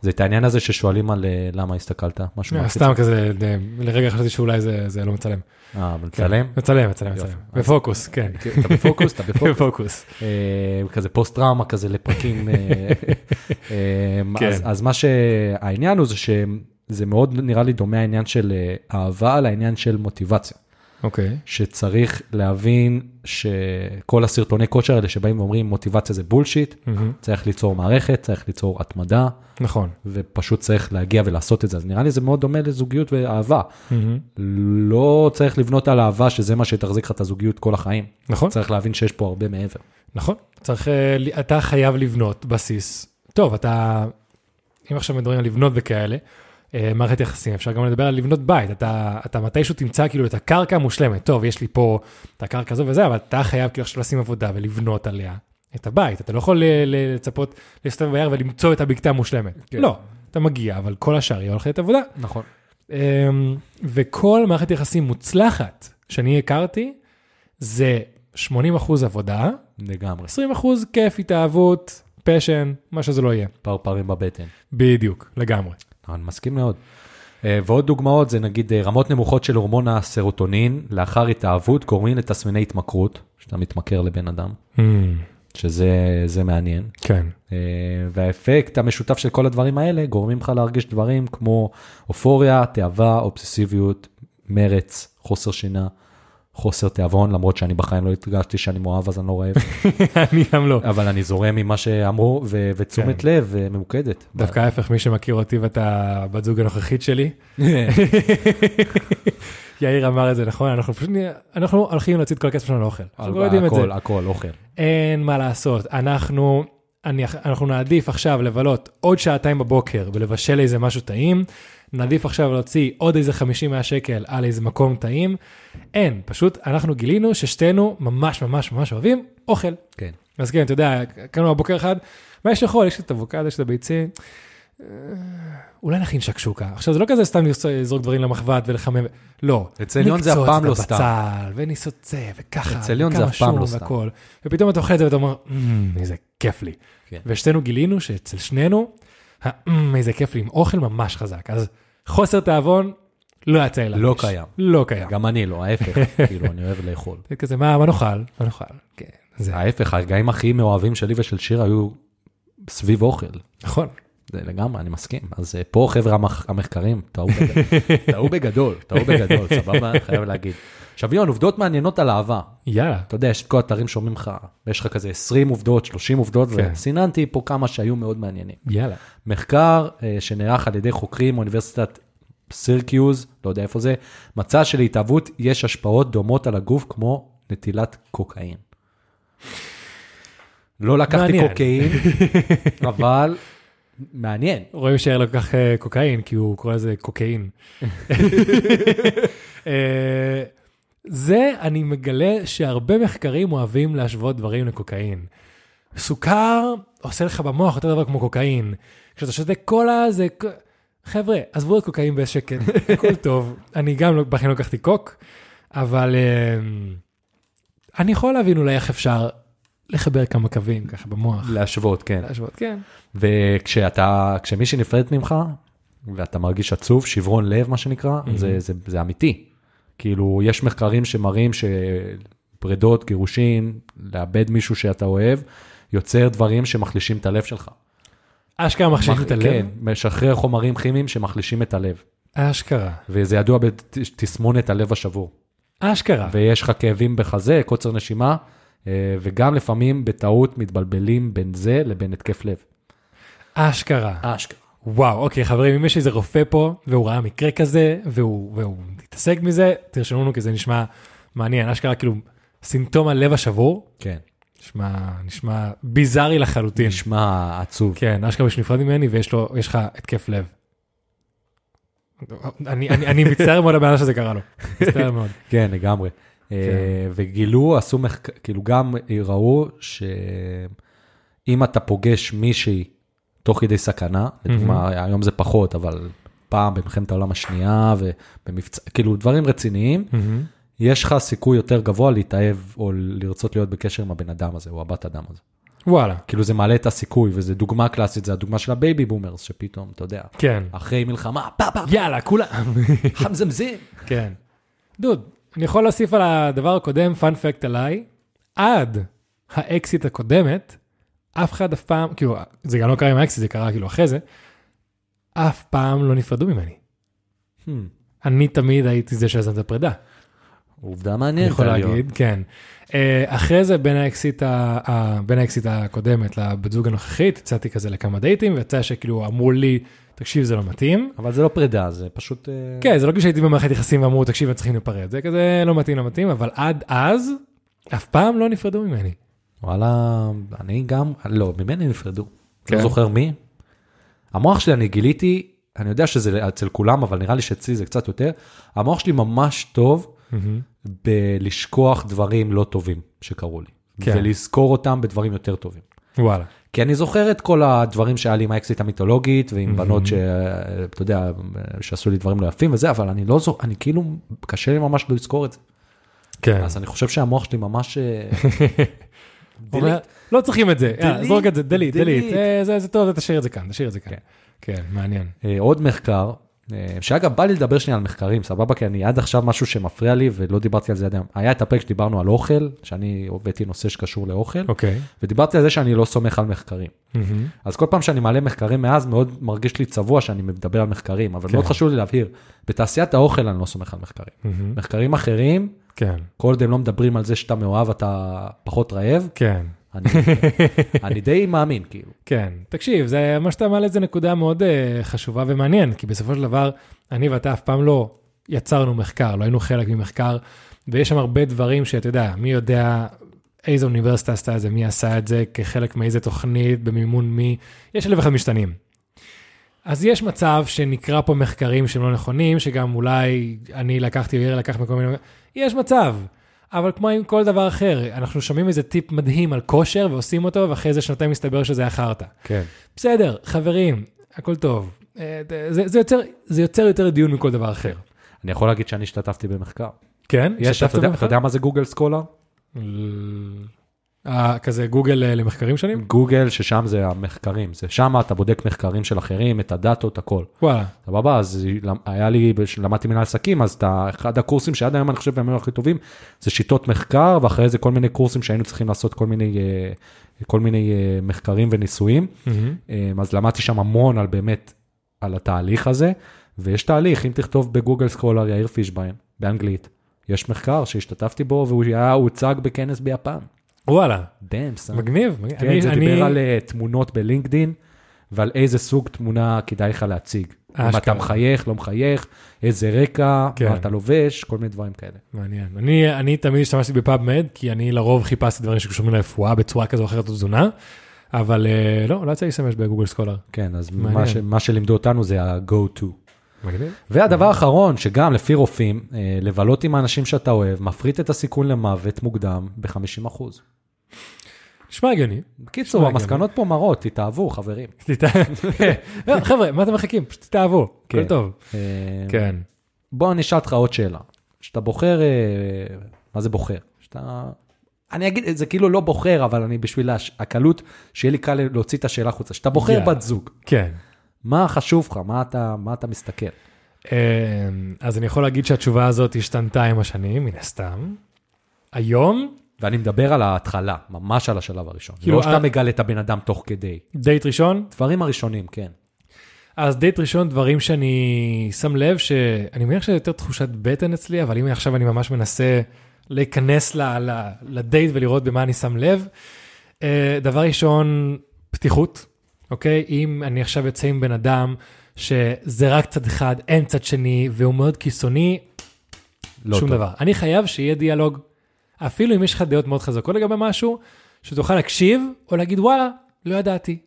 Speaker 2: זה את העניין הזה ששואלים על אה, למה הסתכלת, משהו
Speaker 1: אה,
Speaker 2: מהקיצור.
Speaker 1: סתם כזה, ל- לרגע חשבתי שאולי זה, זה לא מצלם.
Speaker 2: אה, אבל מצלם?
Speaker 1: מצלם, מצלם,
Speaker 2: יופי.
Speaker 1: מצלם. בפוקוס, כן.
Speaker 2: אתה בפוקוס, אתה בפוקוס.
Speaker 1: בפוקוס.
Speaker 2: אה, כזה פוסט טראומה כזה לפרקים. אה, אה,
Speaker 1: כן.
Speaker 2: אז, אז מה שהעניין הוא זה שזה מאוד נראה לי דומה העניין של אה, אהבה לעניין של מוטיבציה.
Speaker 1: אוקיי.
Speaker 2: שצריך להבין שכל הסרטוני כושר האלה שבאים ואומרים מוטיבציה זה בולשיט,
Speaker 1: מהמם.
Speaker 2: צריך ליצור מערכת, צריך ליצור התמדה,
Speaker 1: נכון.
Speaker 2: ופשוט צריך להגיע ולעשות את זה. אז נראה לי זה מאוד דומה לזוגיות ואהבה.
Speaker 1: מהמם.
Speaker 2: לא צריך לבנות על אהבה שזה מה שתחזיק לך את הזוגיות כל החיים.
Speaker 1: נכון.
Speaker 2: צריך להבין שיש פה הרבה מעבר.
Speaker 1: נכון, צריך, אה, ל- אתה חייב לבנות בסיס. טוב, אתה, אם עכשיו מדברים על לבנות וכאלה, אה, מערכת יחסים, אפשר גם לדבר על לבנות בית, אתה, אתה מתישהו תמצא כאילו את הקרקע המושלמת, טוב, יש לי פה את הקרקע הזו וזה, אבל אתה חייב כאילו עכשיו לשים עבודה ולבנות עליה את הבית, אתה לא יכול ל- ל- לצפות להסתובב ביער ולמצוא את הבקתה המושלמת.
Speaker 2: כן.
Speaker 1: לא, אתה מגיע, אבל כל השאר יהיה הולכת עבודה.
Speaker 2: נכון.
Speaker 1: אמ, וכל מערכת יחסים מוצלחת שאני הכרתי, זה 80% עבודה,
Speaker 2: לגמרי.
Speaker 1: 20% כיף, התאהבות, פשן, מה שזה לא יהיה.
Speaker 2: פרפרים בבטן.
Speaker 1: בדיוק, לגמרי.
Speaker 2: אני מסכים מאוד. אה, ועוד דוגמאות זה נגיד אה, רמות נמוכות של הורמון הסרוטונין לאחר התאהבות גורמים לתסמיני התמכרות, שאתה מתמכר לבן אדם. שזה זה מעניין.
Speaker 1: Hmm, כן.
Speaker 2: אה, והאפקט המשותף של כל הדברים האלה גורמים לך להרגיש דברים כמו אופוריה, תאווה, אובססיביות, מרץ, חוסר שינה, חוסר תיאבון, למרות שאני בחיים לא התרגשתי שאני מאוהב אז אני לא רעב,
Speaker 1: אני גם לא.
Speaker 2: אבל אני זורם עם מה שאמרו, ו- ותשומת לב אה, ממוקדת.
Speaker 1: דווקא ההפך, מי שמכיר אותי ואת הבת זוג הנוכחית שלי, יאיר אמר את זה נכון, אנחנו פשוט, נהיה- אנחנו הולכים להוציא את כל הכסף שלנו לאוכל. אנחנו
Speaker 2: לא
Speaker 1: כבר יודעים את זה.
Speaker 2: הכל, הכל, אוכל.
Speaker 1: אין מה לעשות, אנחנו, אני, אנחנו נעדיף עכשיו לבלות עוד שעתיים בבוקר ולבשל איזה משהו טעים, נעדיף עכשיו להוציא עוד איזה 50-100 שקל על איזה מקום טעים. אין, פשוט אנחנו גילינו ששתינו ממש ממש ממש אוהבים אוכל.
Speaker 2: כן.
Speaker 1: אז כן, אתה יודע, קנו בבוקר אחד, מה יש לאכול? יש לי את אבוקדו, יש לי את הביצים. אה, אולי נכין שקשוקה. עכשיו, זה לא כזה סתם לזרוק דברים למחבת ולחמם. לא.
Speaker 2: אצל יון זה אף
Speaker 1: לקצוץ
Speaker 2: פעם
Speaker 1: את
Speaker 2: לא סתם.
Speaker 1: הבצל, וניסוצה, וככה,
Speaker 2: אצל יון זה
Speaker 1: וכמה
Speaker 2: אף פעם
Speaker 1: שום
Speaker 2: לא סתם.
Speaker 1: והכל. ופתאום אתה אוכל את זה ואתה אומר, "אמ, איזה כיף לי.
Speaker 2: כן.
Speaker 1: ושתינו גילינו שאצל שנינו, "אמ, איזה כיף לי, עם אוכל ממש חזק. אז חוסר תיאבון, לא יצא לי להרגיש.
Speaker 2: לא קיים.
Speaker 1: לא קיים.
Speaker 2: גם אני לא, ההפך, כאילו, אני אוהב לאכול.
Speaker 1: זה כזה, מה מה נאכל? מה נאכל? כן. זה
Speaker 2: ההפך, הרגעים הכי מאוהבים שלי ושל שיר היו סביב אוכל.
Speaker 1: נכון.
Speaker 2: זה לגמרי, אני מסכים. אז אה, פה חבר'ה המח- המחקרים, טעו בגדול. טעו בגדול, טעו בגדול, סבבה? אני חייב להגיד. עכשיו יון, עובדות מעניינות על אהבה.
Speaker 1: יאללה.
Speaker 2: אתה יודע, יש את כל האתרים שאומרים לך, יש לך כזה 20 עובדות, 30 עובדות,
Speaker 1: כן.
Speaker 2: וסיננתי פה כמה שהיו מאוד מעניינים.
Speaker 1: יאללה.
Speaker 2: מחקר אה, שנערך על ידי חוקרים מאוניברסיטת סירקיוז, לא יודע איפה זה, מצא שלהתאהבות יש השפעות דומות על הגוף כמו נטילת קוקאין. לא לקחתי
Speaker 1: מעניין.
Speaker 2: קוקאין, אבל מעניין.
Speaker 1: רואים שיאיר לקח אה, קוקאין, כי הוא קורא לזה קוקאין. אה, זה, אני מגלה שהרבה מחקרים אוהבים להשוות דברים לקוקאין. סוכר עושה לך במוח אותו דבר כמו קוקאין. כשאתה שותה קולה זה... ק- חבר'ה, עזבו את קוקאין בשקט, הכל טוב. אני גם לא- בחיים לא לקחתי קוק, אבל אה, אני יכול להבין אולי איך אפשר לחבר כמה קווים ככה במוח.
Speaker 2: להשוות, כן.
Speaker 1: להשוות, כן.
Speaker 2: וכשאתה, כשמישהי נפרדת ממך, ואתה מרגיש עצוב, שברון לב, מה שנקרא,
Speaker 1: Mhm.
Speaker 2: זה, זה, זה אמיתי. כאילו, יש מחקרים שמראים שפרדות, גירושים, לאבד מישהו שאתה אוהב, יוצר דברים שמחלישים את הלב שלך.
Speaker 1: אשכרה מחשיב
Speaker 2: מח-
Speaker 1: את הלב.
Speaker 2: כן, משחרר חומרים כימיים שמחלישים את הלב.
Speaker 1: אשכרה.
Speaker 2: וזה ידוע בתסמונת הלב השבור.
Speaker 1: אשכרה.
Speaker 2: ויש לך כאבים בחזה, קוצר נשימה, אה, וגם לפעמים בטעות מתבלבלים בין זה לבין התקף לב.
Speaker 1: אה, אשכרה.
Speaker 2: אשכרה.
Speaker 1: וואו, אוקיי, חברים, אם יש איזה רופא פה, והוא ראה מקרה כזה, והוא, והוא התעסק מזה, תרשמו לנו, כי זה נשמע מעניין. אשכרה, כאילו, סימפטום הלב השבור,
Speaker 2: כן.
Speaker 1: נשמע, נשמע ביזארי לחלוטין.
Speaker 2: נשמע עצוב.
Speaker 1: כן, אשכרה מישהו נפרד ממני, ויש לו, יש לך התקף לב. אני, אני, אני מצטער מאוד לבן אדם שזה קרה לו. מצטער מאוד.
Speaker 2: כן, לגמרי. אה, וגילו, עשו מחקר, כאילו גם ראו שאם אתה פוגש מישהי תוך כדי סכנה, לדוגמה, היום זה פחות, אבל פעם במלחמת העולם השנייה ובמבצע, כאילו דברים רציניים, יש לך סיכוי יותר גבוה להתאהב או לרצות להיות בקשר עם הבן אדם הזה או הבת אדם הזה.
Speaker 1: וואלה,
Speaker 2: כאילו זה מעלה את הסיכוי, וזו דוגמה קלאסית, זו הדוגמה של הבייבי בומרס, שפתאום, אתה יודע,
Speaker 1: כן.
Speaker 2: אחרי מלחמה, פה, פה,
Speaker 1: יאללה, כולם.
Speaker 2: חמזמזים.
Speaker 1: כן. דוד, אני יכול להוסיף על הדבר הקודם, פאנפקט עליי, עד האקסיט הקודמת, אף אחד אף פעם, כאילו, זה גם לא קרה עם האקסיט, זה קרה כאילו אחרי זה, אף פעם לא נפרדו ממני.
Speaker 2: Hmm,
Speaker 1: אני תמיד הייתי זה שיזם את הפרידה,
Speaker 2: עובדה
Speaker 1: אני
Speaker 2: מעניינת.
Speaker 1: יכול
Speaker 2: על יון.
Speaker 1: להגיד, כן. אה, אחרי זה, בין האקסיט, ה- ה- בין האקסיט הקודמת לבת זוג הנוכחית, יצאתי כזה לכמה דייטים, ויצא שכאילו אמרו לי, תקשיב, זה לא מתאים.
Speaker 2: אבל זה לא פרידה, זה פשוט... אה,
Speaker 1: כן, זה לא כאילו שהייתי במערכת יחסים ואמרו, תקשיב, הם צריכים להיפרד. זה כזה לא מתאים, לא מתאים, אבל עד אז, אף פעם לא נפרדו ממני.
Speaker 2: וואלה, אני גם, לא, ממני נפרדו.
Speaker 1: כן.
Speaker 2: לא זוכר מי. המוח שלי, אני גיליתי, אני יודע שזה אצל כולם, אבל נראה לי שאצלי זה קצת יותר, המוח שלי ממש טוב
Speaker 1: Mm-hmm.
Speaker 2: בלשכוח דברים לא טובים שקרו לי.
Speaker 1: כן.
Speaker 2: ולזכור אותם בדברים יותר טובים.
Speaker 1: וואלה.
Speaker 2: כי אני זוכר את כל הדברים שהיה לי עם האקסיט המיתולוגית, ועם בנות שאתה יודע, שעשו לי דברים לא יפים וזה, אבל אני לא זוכר, אני כאילו, קשה לי ממש לא לזכור את זה.
Speaker 1: כן.
Speaker 2: אז אני חושב שהמוח שלי ממש... אה,
Speaker 1: אומר, לא צריכים את זה, יאללה,
Speaker 2: delete,
Speaker 1: זרוק את זה, דליט, דליט.
Speaker 2: delete.
Speaker 1: זה טוב, תשאיר את זה כאן, תשאיר את זה כאן. כן, מעניין.
Speaker 2: אה, עוד מחקר אה, שאגב, בא לי לדבר שנייה על מחקרים, סבבה? כי אני עד עכשיו משהו שמפריע לי ולא דיברתי על זה עד היום. היה את הפרק שדיברנו על אוכל, שאני הבאתי נושא שקשור לאוכל,
Speaker 1: אוקיי.
Speaker 2: ודיברתי על זה שאני לא סומך על מחקרים.
Speaker 1: Mm-hmm.
Speaker 2: אז כל פעם שאני מעלה מחקרים מאז, מאוד מרגיש לי צבוע שאני מדבר על מחקרים, אבל
Speaker 1: כן.
Speaker 2: מאוד חשוב לי להבהיר, בתעשיית האוכל אני לא סומך על מחקרים.
Speaker 1: מהמם.
Speaker 2: מחקרים אחרים,
Speaker 1: Mm-hmm. כן,
Speaker 2: כל עוד הם לא מדברים על זה שאתה מאוהב, אתה פחות רעב,
Speaker 1: כן,
Speaker 2: אני, אני די מאמין, כאילו.
Speaker 1: כן. תקשיב, זה, מה שאתה מעלה זה נקודה מאוד אה, חשובה ומעניינת, כי בסופו של דבר, אני ואתה אף פעם לא יצרנו מחקר, לא היינו חלק ממחקר, ויש שם הרבה דברים שאתה יודע, מי יודע איזו אוניברסיטה עשתה את זה, מי עשה את זה, כחלק מאיזה תוכנית, במימון מי, יש אלף ואחד משתנים. אז יש מצב שנקרא פה מחקרים שהם לא נכונים, שגם אולי אני לקחתי או יאיר לקח מכל מיני... יש מצב, אבל כמו עם כל דבר אחר, אנחנו שומעים איזה טיפ מדהים על כושר ועושים אותו, ואחרי זה שנתיים מסתבר שזה היה חרטא.
Speaker 2: כן.
Speaker 1: בסדר, חברים, הכל טוב. אה, זה, זה, יוצר, זה יוצר יותר דיון מכל דבר אחר.
Speaker 2: אני יכול להגיד שאני השתתפתי במחקר.
Speaker 1: כן?
Speaker 2: יש, אתה יודע- אתה יודע מה זה גוגל סקולר?
Speaker 1: אה, כזה גוגל אה, למחקרים שונים?
Speaker 2: גוגל, ששם זה המחקרים, זה שם אתה בודק מחקרים של אחרים, את הדאטות, הכל.
Speaker 1: וואלה.
Speaker 2: סבבה, אז היה לי, למדתי מנהל עסקים, אז אתה, אחד הקורסים שעד היום אני חושב שהם היו הכי טובים, זה שיטות מחקר, ואחרי זה כל מיני קורסים שהיינו צריכים לעשות כל מיני, אה, כל מיני אה, מחקרים וניסויים. אה, אז למדתי שם המון על באמת, על התהליך הזה, ויש תהליך, אם תכתוב בגוגל סקולר יאיר פישביין, באנגלית, יש מחקר שהשתתפתי בו, והוא היה הוצג בכנס ביפן.
Speaker 1: וואלה,
Speaker 2: דאם, סאם.
Speaker 1: מגניב. מגניב.
Speaker 2: כן, זה דיבר על אה, תמונות בלינקדין, ועל איזה סוג תמונה כדאי לך להציג. אם אתה
Speaker 1: אשכרה.
Speaker 2: מחייך, לא מחייך, איזה רקע,
Speaker 1: כן.
Speaker 2: מה אתה לובש, כל מיני דברים כאלה.
Speaker 1: מעניין. אני, אני תמיד השתמשתי בפאבמד, כי אני לרוב חיפשתי דברים שקשורים לרפואה בצורה כזו או אחרת או תזונה, אבל אה, לא, לא יצא לי להשתמש בגוגל סקולר.
Speaker 2: כן, אז
Speaker 1: מעניין.
Speaker 2: מה, ש, מה שלימדו אותנו זה ה-go to.
Speaker 1: מגניב.
Speaker 2: והדבר האחרון, שגם לפי רופאים, אה, לבלות עם האנשים שאתה אוהב, מפחית את הסיכון למוות מוקדם ב-50%.
Speaker 1: נשמע הגיוני.
Speaker 2: בקיצור,
Speaker 1: הגיוני.
Speaker 2: המסקנות פה מראות, תתאהבו, חברים.
Speaker 1: לא, חבר'ה, מה אתם מחכים? פשוט תתאהבו,
Speaker 2: כן.
Speaker 1: הכל טוב.
Speaker 2: אה,
Speaker 1: כן.
Speaker 2: בוא אני אשאל אותך עוד שאלה. כשאתה בוחר, אה, מה זה בוחר? כשאתה... אני אגיד, זה כאילו לא בוחר, אבל אני בשביל הש- הקלות, שיהיה לי קל להוציא את השאלה החוצה. כשאתה בוחר
Speaker 1: יאללה.
Speaker 2: בת זוג,
Speaker 1: כן.
Speaker 2: מה חשוב לך? מה אתה, מה אתה מסתכל?
Speaker 1: אה, אז אני יכול להגיד שהתשובה הזאת השתנתה עם השנים, מן הסתם. היום,
Speaker 2: ואני מדבר על ההתחלה, ממש על השלב הראשון.
Speaker 1: כאילו,
Speaker 2: לא שאתה
Speaker 1: אה-
Speaker 2: מגלה את הבן אדם תוך כדי.
Speaker 1: דייט ראשון,
Speaker 2: דברים הראשונים, כן.
Speaker 1: אז דייט ראשון, דברים שאני שם לב, שאני מניח שזה יותר תחושת בטן אצלי, אבל אם עכשיו אני ממש מנסה להיכנס ל, ל, לדייט ולראות במה אני שם לב, אה, דבר ראשון, פתיחות, אוקיי? אם אני עכשיו יוצא עם בן אדם שזה רק צד אחד, אין צד שני, והוא מאוד קיצוני,
Speaker 2: לא
Speaker 1: שום
Speaker 2: טוב.
Speaker 1: דבר. אני חייב שיהיה דיאלוג. אפילו אם יש לך דעות מאוד חזקות לגבי משהו, שתוכל להקשיב או להגיד וואלה, לא ידעתי.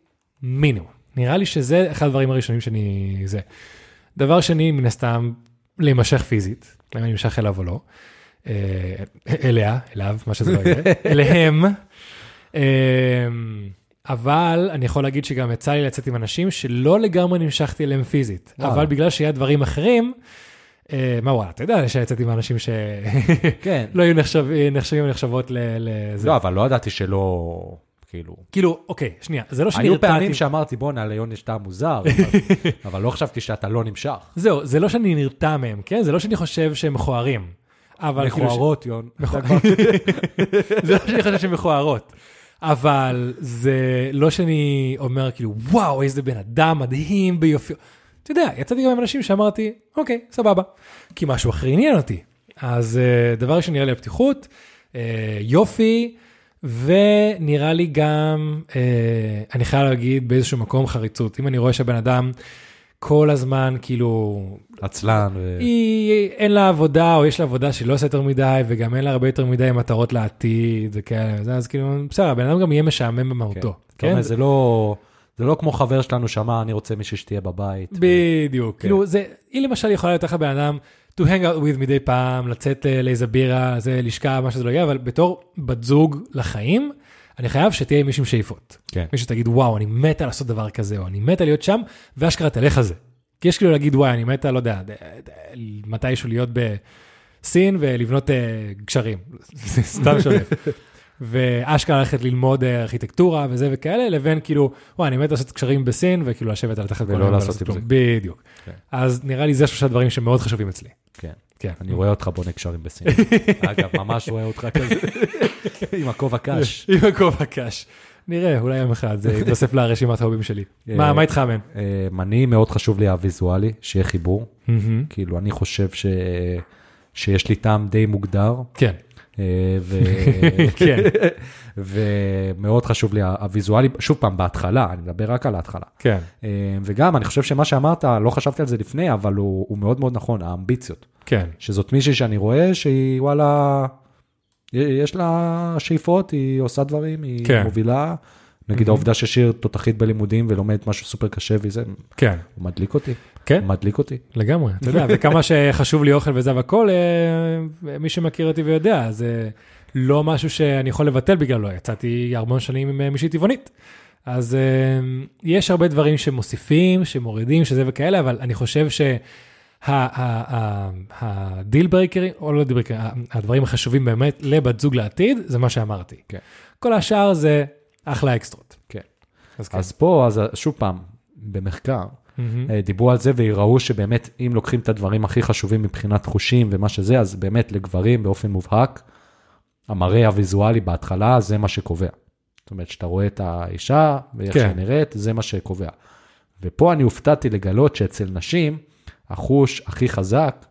Speaker 1: מינימום. נראה לי שזה אחד הדברים הראשונים שאני... זה. דבר שני, מן הסתם, להימשך פיזית, האם אני נמשך אליו או לא. אה, אליה, אליו, מה שזה לא יהיה, אליהם. אה, אבל אני יכול להגיד שגם יצא לי לצאת עם אנשים שלא לגמרי נמשכתי אליהם פיזית,
Speaker 2: וואלה.
Speaker 1: אבל בגלל שהיה דברים אחרים, אה, מה וואלה, אתה יודע שיצאתי עם אנשים שלא
Speaker 2: כן.
Speaker 1: היו נחשב, נחשבים ונחשבות ל- לזה.
Speaker 2: לא, אבל לא ידעתי שלא, כאילו...
Speaker 1: כאילו, אוקיי, שנייה, זה לא
Speaker 2: היו פעמים
Speaker 1: שנרתעתי,
Speaker 2: שאמרתי, בואנה, ליוני שאתה מוזר, אבל- אבל לא חשבתי שאתה לא נמשך.
Speaker 1: זהו, זה לא שאני נרתע מהם, כן? זה לא שאני חושב שהם מכוערים. אבל כאילו ש-
Speaker 2: מכוערות, יון. אתה
Speaker 1: מכוער-
Speaker 2: כבר-
Speaker 1: זה לא שאני חושב שהן מכוערות. אבל זה לא שאני אומר כאילו, וואו, איזה בן אדם מדהים ביופיו. אתה יודע, יצאתי גם עם אנשים שאמרתי, אוקיי, סבבה. כי משהו אחר עניין אותי. אז אה, דבר ראשון נראה לי הפתיחות, אה, יופי, ונראה לי גם, אה, אני חייב להגיד באיזשהו מקום חריצות. אם אני רואה שהבן אדם כל הזמן כאילו
Speaker 2: עצלן. ו-
Speaker 1: היא אין לה עבודה, או יש לה עבודה שהיא לא עושה יותר מדי, וגם אין לה הרבה יותר מדי מטרות לעתיד וכאלה, וזה, אז כאילו, בסדר, הבן אדם גם יהיה משעמם במהותו.
Speaker 2: אתה אומר,
Speaker 1: כן?
Speaker 2: זה לא, זה לא כמו חבר שלנו שאמר, אני רוצה מישהי שתהיה בבית.
Speaker 1: בדיוק. כאילו, זה, היא למשל יכולה להיות לך בן אדם, to hang out with מדי פעם, לצאת אה, לאיזה בירה, זה לשכה, מה שזה לא יהיה, אבל בתור בת זוג לחיים, אני חייב שתהיה עם מישהו עם שאיפות.
Speaker 2: כן.
Speaker 1: מישהו שתגיד, וואו, אני מתה לעשות דבר כזה, או אני מתה להיות שם, ואשכרה תלך על זה. כי יש כאילו להגיד, וואי, אני מתה, לא יודע, ד- ד- מתישהו להיות בסין ולבנות אה, גשרים. זה סתם שולף. ואשכרה ללכת ללמוד אה, ארכיטקטורה וזה וכאלה, לבין כאילו, וואי, אני מת לעשות קשרים בסין, וכאילו לשבת על תחת
Speaker 2: ולא
Speaker 1: היום
Speaker 2: לעשות עם
Speaker 1: כלום. בדיוק.
Speaker 2: כן.
Speaker 1: אז נראה לי זה שלושה דברים שמאוד חשובים אצלי.
Speaker 2: כן.
Speaker 1: כן.
Speaker 2: אני רואה אותך בונה קשרים בסין. אגב, ממש רואה אותך כזה, עם הכובע קש.
Speaker 1: עם הכובע קש. נראה, אולי יום אחד זה יתווסף לרשימת ההובים שלי. מה,
Speaker 2: אה,
Speaker 1: מה איתך, מן?
Speaker 2: אה, אני, מאוד חשוב לי הוויזואלי, שיהיה חיבור.
Speaker 1: מהמם.
Speaker 2: כאילו, אני חושב ש... שיש לי טעם די מוגדר,
Speaker 1: כן.
Speaker 2: אה, ו...
Speaker 1: כן.
Speaker 2: ומאוד חשוב לי ה- הוויזואלי, שוב פעם, בהתחלה, אני מדבר רק על ההתחלה.
Speaker 1: כן.
Speaker 2: אה, וגם, אני חושב שמה שאמרת, לא חשבתי על זה לפני, אבל הוא, הוא מאוד מאוד נכון, האמביציות.
Speaker 1: כן.
Speaker 2: שזאת מישהי שאני רואה שהיא וואלה, יש לה שאיפות, היא עושה דברים, היא
Speaker 1: כן. Mhm.
Speaker 2: כן. מובילה. נגיד העובדה ששיר תותחית בלימודים ולומדת משהו סופר קשה וזה,
Speaker 1: כן.
Speaker 2: הוא מדליק אותי,
Speaker 1: כן.
Speaker 2: הוא מדליק אותי.
Speaker 1: לגמרי, אתה יודע, וכמה שחשוב לי אוכל וזה והכל, אה, מי שמכיר אותי ויודע, זה לא משהו שאני יכול לבטל בגללו, יצאתי המון שנים עם אה, מישהי טבעונית. אז אה, יש הרבה דברים שמוסיפים, שמורידים, שזה וכאלה, אבל אני חושב שהדיל ברקרים, או לא דיל ברקרים, ה- הדברים החשובים באמת לבת זוג לעתיד, זה מה שאמרתי.
Speaker 2: כן.
Speaker 1: כל השאר זה אחלה אקסטרות.
Speaker 2: כן.
Speaker 1: אז כן.
Speaker 2: אז פה, אז שוב פעם, במחקר,
Speaker 1: מהמם.
Speaker 2: אה, דיברו על זה וראו שבאמת, אם לוקחים את הדברים הכי חשובים מבחינת חושים ומה שזה, אז באמת לגברים באופן מובהק, המראה הוויזואלי בהתחלה זה מה שקובע. זאת אומרת, שאתה רואה את האישה ואיך
Speaker 1: כן.
Speaker 2: כן. שהיא נראית, זה מה שקובע. ופה אני הופתעתי לגלות שאצל נשים, החוש הכי חזק,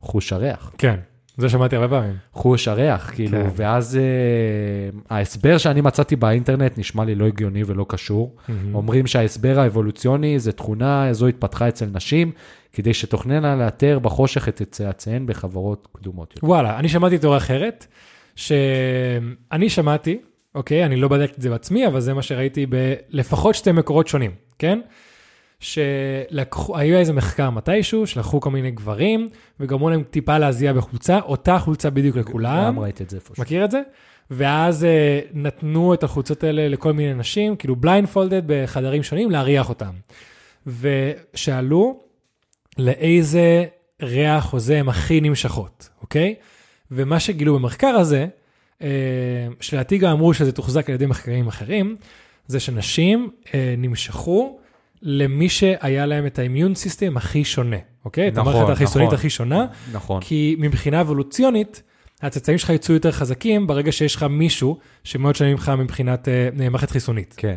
Speaker 2: חוש הריח.
Speaker 1: כן, זה שמעתי הרבה פעמים.
Speaker 2: חוש הריח, כאילו,
Speaker 1: כן.
Speaker 2: כן. ואז אה, ההסבר שאני מצאתי באינטרנט נשמע לי לא הגיוני ולא קשור.
Speaker 1: מהמם.
Speaker 2: אומרים שההסבר האבולוציוני זה תכונה, זו התפתחה אצל נשים, כדי שתוכננה לאתר בחושך את צאצאיהן בחברות קדומות יותר.
Speaker 1: וואלה, אני שמעתי תיאוריה אחרת, שאני שמעתי, אוקיי, אני לא בדקתי את זה בעצמי, אבל זה מה שראיתי בלפחות שתי מקורות שונים, כן? שלקחו, היה איזה מחקר מתישהו, שלקחו כל מיני גברים, וגרמו להם טיפה להזיע בחולצה, אותה חולצה בדיוק לכולם,
Speaker 2: גם ראית את זה איפשהו.
Speaker 1: מכיר את זה? ואז אה, נתנו את החולצות האלה לכל מיני נשים, כאילו בליינדפולדד בחדרים שונים, להריח אותם. ושאלו לאיזה ריח או זה הן הכי נמשכות, אוקיי? ומה שגילו במחקר הזה, אה, שלדעתי גם אמרו שזה תוחזק על ידי מחקרים אחרים, זה שנשים אה, נמשכו למי שהיה להם את האימיון סיסטם הכי שונה, אוקיי? את
Speaker 2: נכון,
Speaker 1: המערכת החיסונית
Speaker 2: נכון.
Speaker 1: הכי שונה.
Speaker 2: נכון.
Speaker 1: כי מבחינה אבולוציונית, הצאצאים שלך יצאו יותר חזקים ברגע שיש לך מישהו שמאוד שונה ממך מבחינת אה, מערכת חיסונית.
Speaker 2: כן.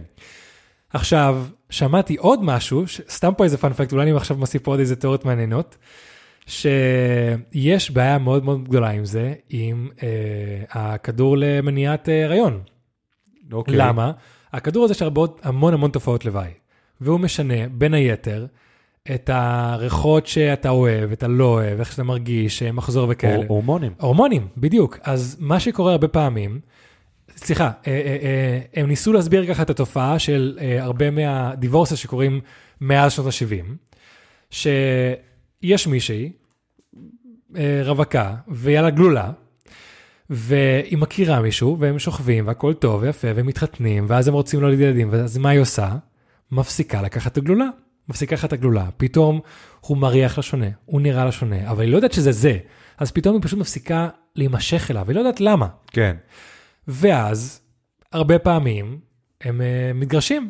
Speaker 1: עכשיו, שמעתי עוד משהו, ש- סתם פה איזה פאנפקט, אולי אני עכשיו מוסיף פה עוד איזה תיאוריות מעניינות, שיש בעיה מאוד מאוד גדולה עם זה, עם אה, הכדור למניעת אה, הריון.
Speaker 2: אוקיי.
Speaker 1: למה? הכדור הזה יש הרבה עוד- המון המון תופעות לוואי, והוא משנה, בין היתר, את הריחות שאתה אוהב, את הלא אוהב, איך שאתה מרגיש, אה, מחזור וכאלה.
Speaker 2: הור- הורמונים.
Speaker 1: הורמונים, בדיוק. אז מה שקורה הרבה פעמים, סליחה, אה, אה, אה, הם ניסו להסביר ככה את התופעה של אה, הרבה מהדיבורסס שקורים מאז שנות ה-70, שיש מישהי, אה, רווקה, והיא על הגלולה, והיא מכירה מישהו, והם שוכבים, והכול טוב ויפה, והם מתחתנים, ואז הם רוצים להוליד ילדים, ואז מה היא עושה? מפסיקה לקחת את הגלולה. מפסיקה לקחת את הגלולה, פתאום הוא מריח לה שונה, הוא נראה לה שונה, אבל היא לא יודעת שזה זה, אז פתאום היא פשוט מפסיקה להימשך אליו, היא לא יודעת למה.
Speaker 2: כן.
Speaker 1: ואז, הרבה פעמים, הם uh, מתגרשים.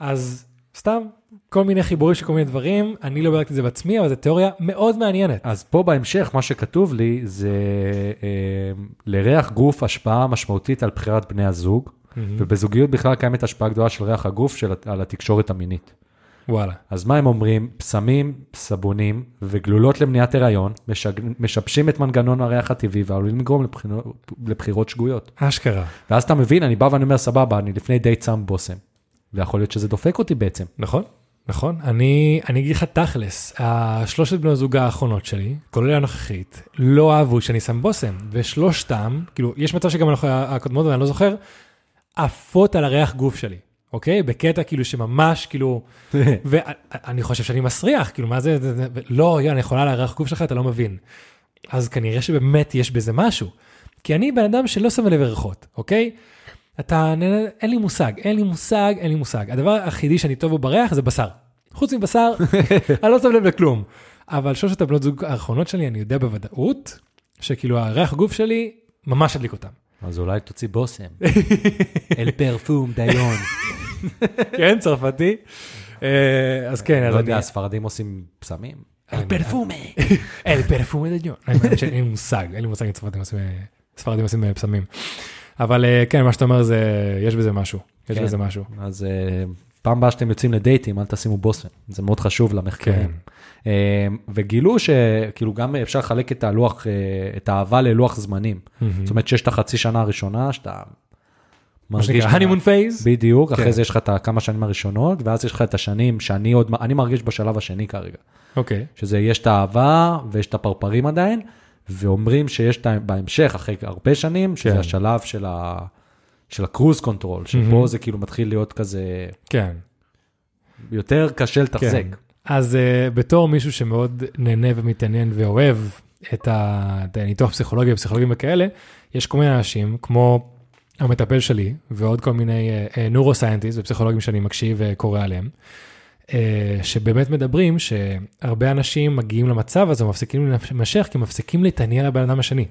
Speaker 1: אז סתם, כל מיני חיבורים של כל מיני דברים, אני לא בדקתי את זה בעצמי, אבל זו תיאוריה מאוד מעניינת.
Speaker 2: אז פה בהמשך, מה שכתוב לי זה אה, לריח גוף השפעה משמעותית על בחירת בני הזוג,
Speaker 1: Mm-hmm.
Speaker 2: ובזוגיות בכלל קיימת השפעה גדולה של ריח הגוף של, על התקשורת המינית.
Speaker 1: וואלה.
Speaker 2: אז מה הם אומרים? פסמים, סבונים וגלולות למניעת הריון משג... משבשים את מנגנון הריח הטבעי ועלולים לגרום לבחינו... לבחירות שגויות.
Speaker 1: אשכרה.
Speaker 2: ואז אתה מבין, אני בא ואני אומר, סבבה, אני לפני די צם בושם. ויכול להיות שזה דופק אותי בעצם.
Speaker 1: נכון, נכון. אני, אני אגיד לך תכלס, השלושת בני הזוג האחרונות שלי, כולל הנוכחית, לא אהבו שאני שם בושם, ושלושתם, כאילו, יש מצב שגם אנחנו- הקודמות, אבל אני לא זוכר, עפות על הריח גוף שלי, אוקיי? בקטע כאילו שממש, כאילו, ואני חושב שאני מסריח, כאילו, מה זה, זה, זה ו- לא, יאללה, אני יכולה על הריח גוף שלך, אתה לא מבין. אז כנראה שבאמת יש בזה משהו. כי אני בן אדם שלא שם לב לריחות, אוקיי? אתה, נהנה- אין לי מושג, אין לי מושג, אין לי מושג. הדבר היחידי שאני טוב בו בריח זה בשר. חוץ מבשר, אני לא שם לב לכלום. אבל שלושת הבנות זוג האחרונות שלי, אני יודע בוודאות, שכאילו הריח גוף שלי ממש הדליק אותם.
Speaker 2: אז אולי תוציא בושם. אל פרפום דיון.
Speaker 1: כן, צרפתי. אה, אז כן, אז
Speaker 2: לא
Speaker 1: אני...
Speaker 2: יודע, הספרדים עושים פסמים?
Speaker 1: אל פרפומה. אל פרפומה דיון. אין לי מושג, אין לי מושג אם צרפתים עושים... ספרדים עושים אה, פסמים. אבל אה, כן, מה שאתה אומר זה, יש בזה משהו. יש
Speaker 2: כן.
Speaker 1: בזה משהו.
Speaker 2: אז אה, פעם הבאה שאתם יוצאים לדייטים, אל תשימו בושם. זה מאוד חשוב למחקרים.
Speaker 1: כן.
Speaker 2: אה, וגילו שכאילו גם אפשר לחלק את הלוח, אה, את האהבה ללוח זמנים. זאת אומרת שיש את החצי שנה הראשונה, שאתה
Speaker 1: מה
Speaker 2: מרגיש...
Speaker 1: שנקרא, honeymoון phase.
Speaker 2: בדיוק,
Speaker 1: כן.
Speaker 2: אחרי זה יש לך את הכמה שנים הראשונות, ואז יש לך את השנים שאני עוד, אני מרגיש בשלב השני כרגע.
Speaker 1: אוקיי.
Speaker 2: שזה יש את האהבה ויש את הפרפרים עדיין, ואומרים שיש את ה- בהמשך, אחרי הרבה שנים, שזה
Speaker 1: כן.
Speaker 2: השלב של, ה, של הקרוז קונטרול, שפה
Speaker 1: מהמם.
Speaker 2: זה כאילו מתחיל להיות כזה
Speaker 1: כן.
Speaker 2: יותר קשה לתחזק.
Speaker 1: כן. אז אה, בתור מישהו שמאוד נהנה ומתעניין ואוהב את ה- את הניתוח פסיכולוגיה ופסיכולוגים וכאלה, יש כל מיני אנשים, כמו המטפל שלי, ועוד כל מיני נורוסיינטיסט ופסיכולוגים שאני מקשיב וקורא עליהם, אה, שבאמת מדברים שהרבה אנשים מגיעים למצב הזה, מפסיקים להימשך, כי מפסיקים להתעניין לבן אדם השני.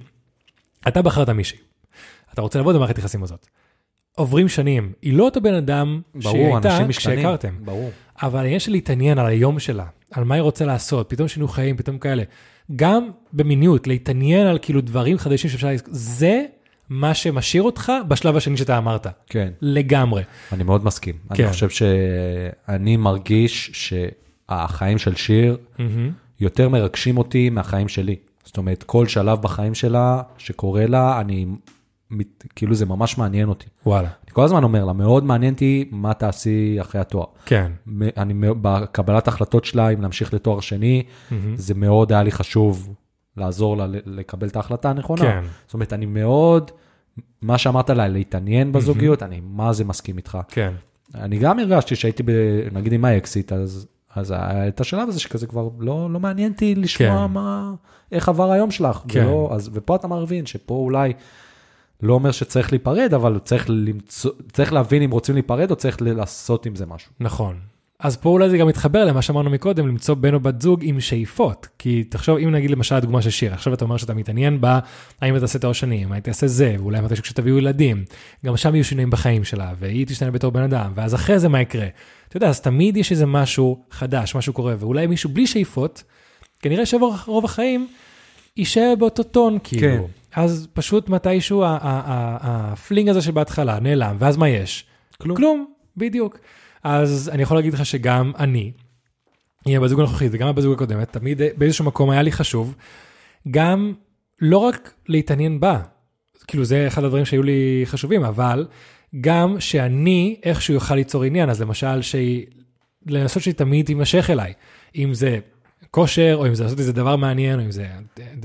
Speaker 1: אתה בחרת מישהי, אתה רוצה לעבוד במערכת יחסים הזאת. עוברים שנים, היא לא אותו בן אדם שהיא
Speaker 2: ברור,
Speaker 1: הייתה
Speaker 2: אנשים משתנים.
Speaker 1: כשהכרתם.
Speaker 2: ברור.
Speaker 1: אבל העניין של להתעניין על היום שלה, על מה היא רוצה לעשות, פתאום שינו חיים, פתאום כאלה. גם במיניות, להתעניין על כאילו דברים חדשים שאפשר לזכור, זה מה שמשאיר אותך בשלב השני שאתה אמרת,
Speaker 2: כן.
Speaker 1: לגמרי.
Speaker 2: אני מאוד מסכים.
Speaker 1: כן.
Speaker 2: אני חושב שאני מרגיש שהחיים של שיר יותר מרגשים אותי מהחיים שלי. זאת אומרת, כל שלב בחיים שלה שקורה לה, אני, מת- כאילו זה ממש מעניין אותי.
Speaker 1: וואלה.
Speaker 2: אני כל הזמן אומר לה, מאוד מעניין אותי מה תעשי אחרי התואר.
Speaker 1: כן.
Speaker 2: מ- אני, מ- בקבלת ההחלטות שלה, אם להמשיך לתואר שני, זה מאוד היה לי חשוב לעזור לה ל- לקבל את ההחלטה הנכונה.
Speaker 1: כן.
Speaker 2: זאת אומרת, אני מאוד, מה שאמרת לה, להתעניין בזוגיות, אני מה זה מסכים איתך.
Speaker 1: כן.
Speaker 2: אני גם הרגשתי שהייתי, ב, נגיד עם האקסיט, אז, אז היה את השלב הזה שכזה כבר לא, לא מעניין אותי לשמוע
Speaker 1: כן.
Speaker 2: כן. מה, איך עבר היום שלך.
Speaker 1: כן.
Speaker 2: ולא, אז, ופה אתה מבין שפה אולי, לא אומר שצריך להיפרד, אבל צריך, למצוא, צריך להבין אם רוצים להיפרד או צריך ל- לעשות עם זה משהו.
Speaker 1: נכון. אז פה אולי זה גם מתחבר למה שאמרנו מקודם, למצוא בן או בת זוג עם שאיפות. כי תחשוב, אם נגיד למשל הדוגמה של שיר, עכשיו אתה אומר שאתה מתעניין בה, האם אתה תעשה תואר שני, האם תעשה זה, ואולי מתישהו כשתביאו ילדים, גם שם יהיו שינויים בחיים שלה, והיא תשתנה בתור בן אדם, ואז אחרי זה מה יקרה. אתה יודע, אז תמיד יש איזה משהו חדש, משהו קורה, ואולי מישהו בלי שאיפות, כנראה שרוב רוב החיים יישאר באותו טון, כאילו.
Speaker 2: כן.
Speaker 1: אז פשוט מתישהו ה- ה- ה- הפלינג הזה שבהתחלה נעלם, ואז מה יש?
Speaker 2: כלום.
Speaker 1: כלום, בדיוק. אז אני יכול להגיד לך שגם אני, עם הבת זוג הנוכחית וגם הבת זוג הקודמת, תמיד אה, באיזשהו מקום היה לי חשוב, גם לא רק להתעניין בה, כאילו זה אחד הדברים שהיו לי חשובים, אבל גם שאני איכשהו יוכל ליצור עניין, אז למשל שהיא, לנסות שהיא תמיד תימשך אליי, אם זה כושר, או אם זה לעשות איזה דבר מעניין, או אם זה אה,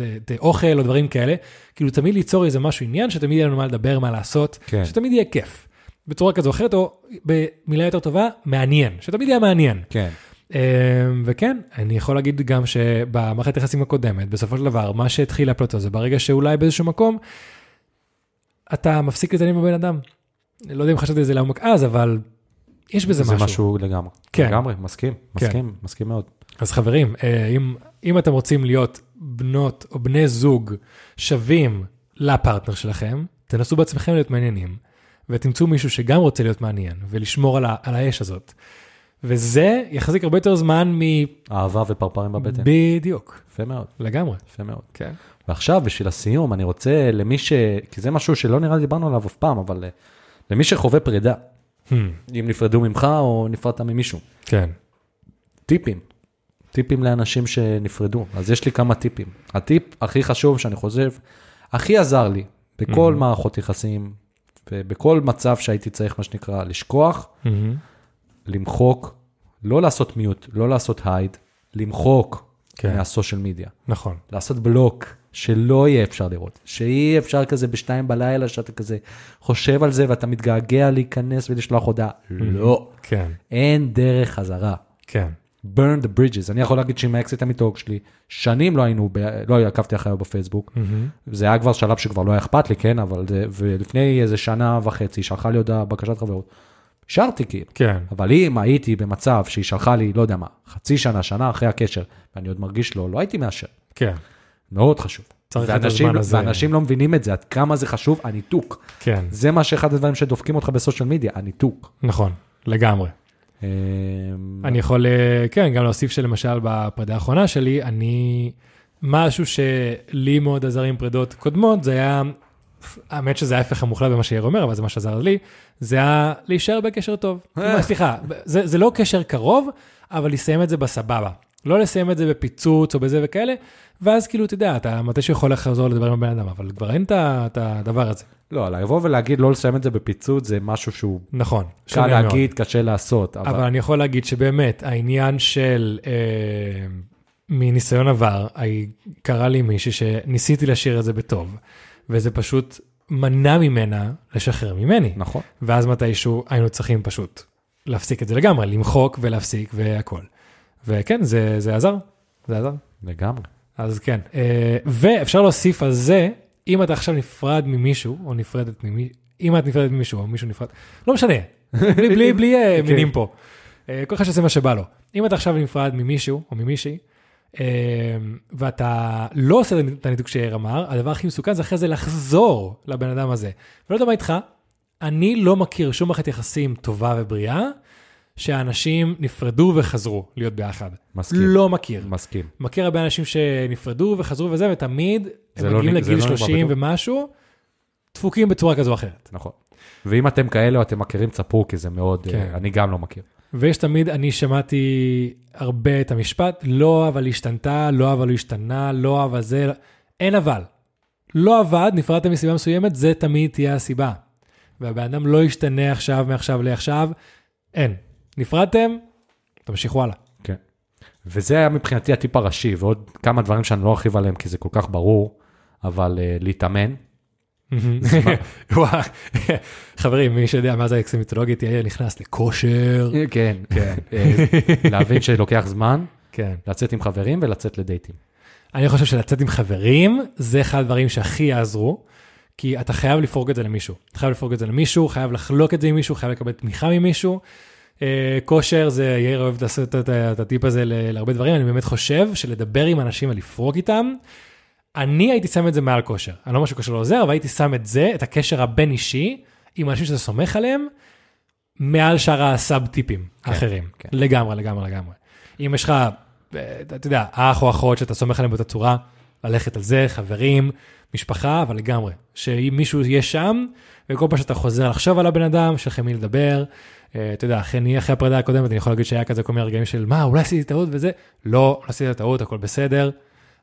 Speaker 1: אה, אה, אוכל או דברים כאלה, כאילו תמיד ליצור איזה משהו עניין, שתמיד יהיה לנו מה לדבר, מה לעשות,
Speaker 2: כן.
Speaker 1: שתמיד יהיה כיף. בצורה כזו או אחרת, או במילה יותר טובה, מעניין, שתמיד יהיה מעניין.
Speaker 2: כן.
Speaker 1: אמ, וכן, אני יכול להגיד גם שבמערכת היחסים הקודמת, בסופו של דבר, מה שהתחיל הפלוטו זה ברגע שאולי באיזשהו מקום, אתה מפסיק להתעניין בבן אדם. אני לא יודע אם חשבתי על זה לעומק אז, אבל יש בזה
Speaker 2: זה
Speaker 1: משהו.
Speaker 2: משהו לגמרי.
Speaker 1: כן.
Speaker 2: לגמרי, מסכים,
Speaker 1: כן.
Speaker 2: מסכים, מסכים מאוד.
Speaker 1: אז חברים, אה, אם, אם אתם רוצים להיות בנות או בני זוג שווים לפרטנר שלכם, תנסו בעצמכם להיות מעניינים, ותמצאו מישהו שגם רוצה להיות מעניין, ולשמור על, ה, על האש הזאת. וזה יחזיק הרבה יותר זמן מ...
Speaker 2: אהבה ופרפרים בבטן.
Speaker 1: בדיוק,
Speaker 2: יפה מאוד,
Speaker 1: לגמרי.
Speaker 2: יפה מאוד.
Speaker 1: כן.
Speaker 2: ועכשיו, בשביל הסיום, אני רוצה למי ש... כי זה משהו שלא נראה לי דיברנו עליו אף פעם, אבל אה, למי שחווה פרידה, אם נפרדו ממך או נפרדת ממישהו,
Speaker 1: Hmm, כן.
Speaker 2: טיפים. טיפים לאנשים שנפרדו. אז יש לי כמה טיפים. הטיפ הכי חשוב שאני חושב, הכי עזר לי בכל מערכות יחסים, ובכל מצב שהייתי צריך, מה שנקרא, לשכוח,
Speaker 1: Mm-hmm.
Speaker 2: למחוק, לא לעשות מיוט, לא לעשות הייד, למחוק
Speaker 1: כן.
Speaker 2: מהסושיאל מדיה.
Speaker 1: נכון.
Speaker 2: לעשות בלוק, שלא יהיה אפשר לראות, שאי אפשר כזה בשתיים בלילה, שאתה כזה חושב על זה ואתה מתגעגע להיכנס ולשלוח הודעה. לא,
Speaker 1: כן,
Speaker 2: אין דרך חזרה.
Speaker 1: כן.
Speaker 2: burn the bridges. אני יכול להגיד שעם האקסיט המיתוג שלי, שנים לא היינו, ב... לא עקבתי אחריו בפייסבוק. זה היה כבר שלב שכבר לא היה אכפת לי, כן? אבל זה... ולפני איזה שנה וחצי, שלחה לי הודעה, בקשת חברות. שרתי כאילו.
Speaker 1: כן.
Speaker 2: אבל אם הייתי במצב שהיא שלחה לי, לא יודע מה, חצי שנה, שנה אחרי הקשר, ואני עוד מרגיש לא, לא הייתי מאשר.
Speaker 1: כן.
Speaker 2: מאוד חשוב.
Speaker 1: צריך את
Speaker 2: ואנשים-
Speaker 1: הזמן הזה.
Speaker 2: ואנשים לא מבינים את זה, עד כמה זה חשוב, הניתוק.
Speaker 1: כן,
Speaker 2: זה מה שאחד הדברים שדופקים אותך בסושיאל מדיה, הניתוק.
Speaker 1: נכון, לגמרי.
Speaker 2: אה,
Speaker 1: אני יכול, אה, כן, גם להוסיף שלמשל בפרידה האחרונה שלי, אני, משהו שלי מאוד עזר עם פרידות קודמות, זה היה, האמת שזה ההפך המוחלט במה שיאיר אומר, אבל זה מה שעזר לי, זה היה להישאר בקשר טוב. כלומר, סליחה, זה, זה לא קשר קרוב, אבל לסיים את זה בסבבה. לא לסיים את זה בפיצוץ או בזה וכאלה, ואז כאילו, אתה יודע, אתה מתישהו יכול לחזור לדבר עם הבן אדם, אבל כבר אין את ה- את הדבר הזה.
Speaker 2: לא, לבוא ולהגיד לא לסיים את זה בפיצוץ, זה משהו שהוא
Speaker 1: נכון. שונה
Speaker 2: קל
Speaker 1: מאוד.
Speaker 2: להגיד, קשה לעשות. אבל-
Speaker 1: אבל אני יכול להגיד שבאמת, העניין של, אה, מניסיון עבר, הי- קרה לי מישהי שניסיתי להשאיר את זה בטוב, וזה פשוט מנע ממנה לשחרר ממני.
Speaker 2: נכון.
Speaker 1: ואז מתישהו היינו צריכים פשוט להפסיק את זה לגמרי, למחוק ולהפסיק והכל. וכן, זה, זה עזר, זה עזר.
Speaker 2: לגמרי.
Speaker 1: אז כן, אה, ואפשר להוסיף על זה, אם אתה עכשיו נפרד ממישהו, או נפרדת ממישהו, אם את נפרדת ממישהו, או מישהו נפרד, לא משנה, בלי, בלי, בלי אה,
Speaker 2: כן.
Speaker 1: מינים פה. אה, כל אחד שעושה מה שבא לו. אם אתה עכשיו נפרד ממישהו, או ממישהי, אה, ואתה לא עושה את הניתוק שיאיר אמר, הדבר הכי מסוכן זה אחרי זה לחזור לבן אדם הזה. ולא יודע מה איתך, אני לא מכיר שום מערכת יחסים טובה ובריאה, שהאנשים נפרדו וחזרו להיות ביחד.
Speaker 2: מסכים.
Speaker 1: לא מכיר.
Speaker 2: מסכים.
Speaker 1: מכיר הרבה אנשים שנפרדו וחזרו וזה, ותמיד
Speaker 2: זה
Speaker 1: הם
Speaker 2: לא
Speaker 1: מגיעים
Speaker 2: נ- זה
Speaker 1: לגיל
Speaker 2: לא נגמר
Speaker 1: 30
Speaker 2: בטוב.
Speaker 1: ומשהו, דפוקים בצורה כזו או אחרת.
Speaker 2: נכון. ואם אתם כאלה או אתם מכירים, תספרו, כי זה מאוד...
Speaker 1: כן.
Speaker 2: אה, אני גם לא מכיר.
Speaker 1: ויש תמיד, אני שמעתי הרבה את המשפט, לא אבל היא השתנתה, לא אבל הוא השתנה, לא אבל זה, לא- אין אבל. לא עבד, נפרדתם מסיבה מסוימת, זה תמיד תהיה הסיבה. והבן אדם לא ישתנה עכשיו, מעכשיו לעכשיו, אין. נפרדתם, תמשיכו הלאה.
Speaker 2: כן. וזה היה מבחינתי הטיפ הראשי, ועוד כמה דברים שאני לא ארחיב עליהם, כי זה כל כך ברור, אבל אה, להתאמן.
Speaker 1: וואו, חברים, מי שיודע מה זה אקסימיטולוגית, יאיר נכנס לכושר.
Speaker 2: כן. כן. להבין שלוקח זמן,
Speaker 1: כן.
Speaker 2: לצאת עם חברים ולצאת לדייטים.
Speaker 1: אני חושב שלצאת עם חברים, זה אחד הדברים שהכי יעזרו, כי אתה חייב לפרוק את זה למישהו. אתה חייב לפרוק את זה למישהו, חייב לחלוק את זה עם מישהו, חייב לקבל תמיכה ממישהו. אה, כושר זה, יאיר אוהב לעשות את, ה- את הטיפ הזה ל- להרבה דברים, אני באמת חושב שלדבר עם אנשים ולפרוק איתם, אני הייתי שם את זה מעל כושר. אני לא אומר שכושר לא עוזר, אבל הייתי שם את זה, את הקשר הבין-אישי, עם אנשים שאתה סומך עליהם, מעל שאר הסאב טיפים האחרים.
Speaker 2: כן.
Speaker 1: לגמרי, לגמרי, לגמרי. אם יש לך, אה, אתה אתה יודע, אח או אחות שאתה סומך עליהם באותה צורה, ללכת על זה, חברים, משפחה, אבל לגמרי. שאם מישהו יהיה שם, וכל פעם שאתה חוזר לחשוב על הבן אדם, יש לכם מי לדבר. אה, אתה יודע, אחרי, אני- אחרי הפרידה הקודמת, אני יכול להגיד שהיה כזה כל מיני רגעים של, מה, אולי עשיתי טעות וזה? לא, לא עשיתי טעות, הכל בסדר.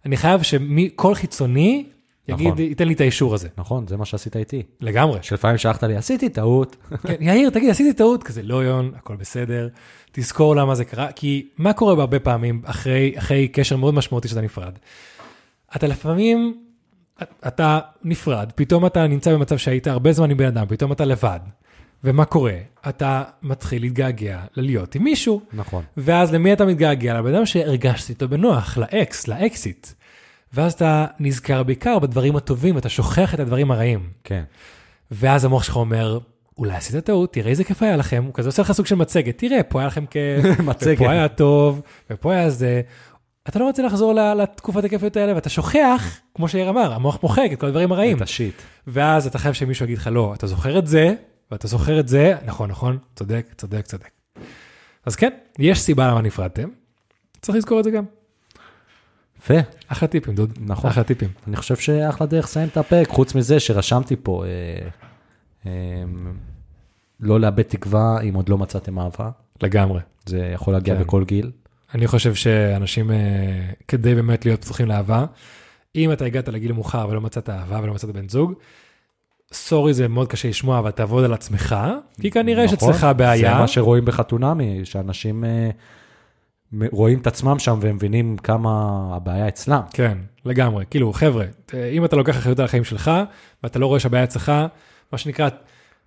Speaker 1: אני חייב שכל חיצוני יגיד,
Speaker 2: נכון.
Speaker 1: ייתן לי את האישור הזה.
Speaker 2: נכון, זה מה שעשית איתי.
Speaker 1: לגמרי.
Speaker 2: שלפעמים שלחת לי, עשיתי טעות.
Speaker 1: כן, יאיר, תגיד, עשיתי טעות, כזה, לא יון, הכל בסדר, תזכור למה זה קרה, כי מה קורה בהרבה פעמים אחרי, אחרי קשר מאוד משמעותי שאתה נפרד? אתה לפעמים, אתה נפרד, פתאום אתה נמצא במצב שהיית הרבה זמן עם בן אדם, פתאום אתה לבד, ומה קורה? אתה מתחיל להתגעגע ללהיות עם מישהו,
Speaker 2: נכון.
Speaker 1: ואז למי אתה מתגעגע? לבן אדם שהרגשת איתו בנוח, לאקס, לאקסיט. ואז אתה נזכר בעיקר בדברים הטובים, אתה שוכח את הדברים הרעים.
Speaker 2: כן.
Speaker 1: ואז המוח שלך אומר, אולי עשית טעות, תראה איזה כיף היה לכם. הוא כזה עושה לך סוג של מצגת, תראה, פה היה לכם כיף,
Speaker 2: מצגת.
Speaker 1: ופה היה טוב, ופה היה זה. אתה לא רוצה לחזור ל- לתקופות הכיפיות האלה, ואתה שוכח, כמו שיאיר אמר, המוח מוחק את כל הדברים הרעים.
Speaker 2: את השיט.
Speaker 1: ואז אתה חייב שמישהו יגיד לך, לא, אתה זוכר את זה, ואתה זוכר את זה, נכון, נכון, צודק, צודק, צודק. אז כן, יש סיבה למה נפרדתם, צריך לזכור את זה גם.
Speaker 2: יפה.
Speaker 1: אחלה טיפים, דוד.
Speaker 2: נכון.
Speaker 1: אחלה טיפים.
Speaker 2: אני חושב שאחלה דרך לסיים את הפרק, חוץ מזה שרשמתי פה, אה, אה, לא לאבד תקווה אם עוד לא מצאתם אהבה.
Speaker 1: לגמרי.
Speaker 2: זה יכול להגיע
Speaker 1: כן.
Speaker 2: בכל גיל.
Speaker 1: אני חושב שאנשים, אה, כדי באמת להיות פתוחים לאהבה, אם אתה הגעת לגיל מאוחר ולא מצאת אהבה ולא מצאת בן זוג, סורי זה מאוד קשה לשמוע, אבל תעבוד על עצמך, כי כנראה יש
Speaker 2: נכון?
Speaker 1: אצלך בעיה.
Speaker 2: זה מה שרואים בחתונמי, שאנשים אה, מ- רואים את עצמם שם ומבינים כמה הבעיה אצלם.
Speaker 1: כן, לגמרי. כאילו, חבר'ה, אה, אם אתה לוקח אחריות על החיים שלך, ואתה לא רואה שהבעיה אצלך, מה שנקרא,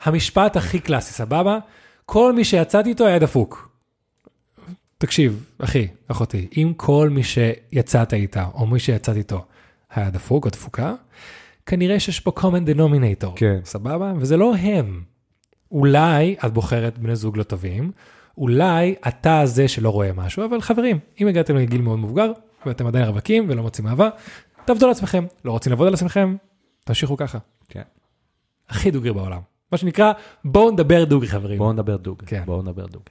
Speaker 1: המשפט הכי קלאסי, סבבה? כל מי שיצאתי איתו היה דפוק. תקשיב, אחי, אחותי, אם כל מי שיצאת איתה, או מי שיצאת איתו, היה דפוק או דפוקה, כנראה שיש פה common denominator.
Speaker 2: כן.
Speaker 1: סבבה? וזה לא הם. אולי את בוחרת בני זוג לא טובים, אולי אתה זה שלא רואה משהו, אבל חברים, אם הגעתם לגיל מאוד מבוגר, ואתם עדיין רווקים ולא מוצאים אהבה, תעבדו על עצמכם. לא רוצים לעבוד על עצמכם? תמשיכו ככה.
Speaker 2: כן.
Speaker 1: הכי דוגרי בעולם. מה שנקרא, בואו נדבר דוגרי, חברים.
Speaker 2: בואו נדבר דוג.
Speaker 1: כן.
Speaker 2: בואו נדבר דוג.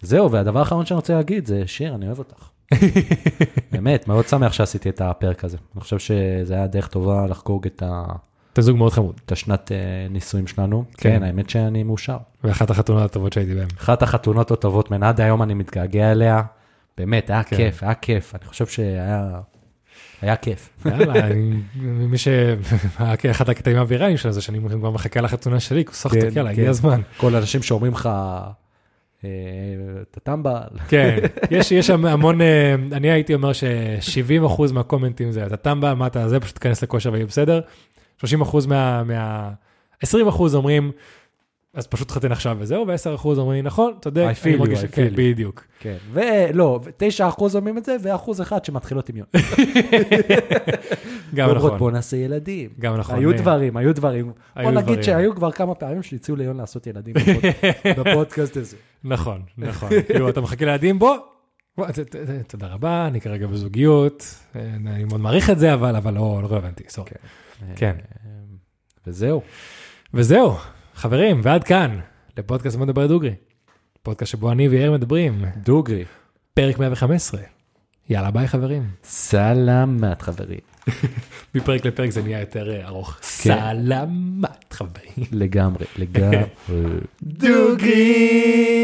Speaker 2: זהו, והדבר האחרון שאני רוצה להגיד זה, שיר, אני אוהב אותך. באמת, מאוד שמח שעשיתי את הפרק הזה. אני חושב שזה היה דרך טובה לחגוג את ה...
Speaker 1: אתה זוג מאוד חמוד.
Speaker 2: את השנת אה, נישואים שלנו.
Speaker 1: כן.
Speaker 2: כן. כן, האמת שאני מאושר.
Speaker 1: ואחת החתונות הטובות שהייתי בהן.
Speaker 2: אחת החתונות הטובות מן עד היום, אני מתגעגע אליה. באמת,
Speaker 1: כן.
Speaker 2: היה כיף, היה כיף. אני חושב שהיה... היה כיף.
Speaker 1: יאללה, אני- מי ש... אחד הקטעים הוויראליים שלו זה שאני כבר מחכה לחתונה שלי, כוסחתק,
Speaker 2: כן,
Speaker 1: יאללה,
Speaker 2: כן.
Speaker 1: הגיע הזמן.
Speaker 2: כל האנשים שאומרים לך, אה, אתה טמבל.
Speaker 1: כן, יש יש שם המון, אה, אני הייתי אומר ש-70% מהקומנטים זה, אתה טמבה, מה אתה זה, פשוט תיכנס לכושר ויהיה בסדר. 30% מה... מה- 20% אומרים, אז פשוט חתן עכשיו וזהו, ו-10% אומרים, נכון, צודק,
Speaker 2: I feel
Speaker 1: אני
Speaker 2: you,
Speaker 1: מרגיש...
Speaker 2: I
Speaker 1: כן,
Speaker 2: feel you.
Speaker 1: בדיוק.
Speaker 2: כן. ולא, 9% אומרים את זה, ואחוז אחד שמתחילות עם יום.
Speaker 1: גם
Speaker 2: אומרות,
Speaker 1: נכון.
Speaker 2: בוא נעשה ילדים.
Speaker 1: גם נכון.
Speaker 2: לא היו
Speaker 1: אה,
Speaker 2: דברים, היו דברים.
Speaker 1: היו
Speaker 2: בוא נגיד
Speaker 1: דברים.
Speaker 2: שהיו כבר כמה פעמים שהציעו ליון לעשות ילדים בפוד- בפודקאסט הזה.
Speaker 1: נכון, נכון. כאילו, אתה מחכה לילדים, בוא. בוא, ת- ת- ת- תודה רבה, אני כרגע בזוגיות, אה, אני מאוד מעריך את זה, אבל אבל לא לא רלוונטי, סורי. כן.
Speaker 2: אה, וזהו.
Speaker 1: וזהו, חברים, ועד כאן, לפודקאסט בוא נדבר דוגרי. פודקאסט שבו אני ויאיר מדברים,
Speaker 2: דוגרי.
Speaker 1: פרק 115. יאללה, ביי חברים.
Speaker 2: סלמת, חברים.
Speaker 1: מפרק לפרק זה נהיה יותר אה, ארוך. סלמת, חברים.
Speaker 2: euh, לגמרי, לגמרי.
Speaker 1: דוגרי!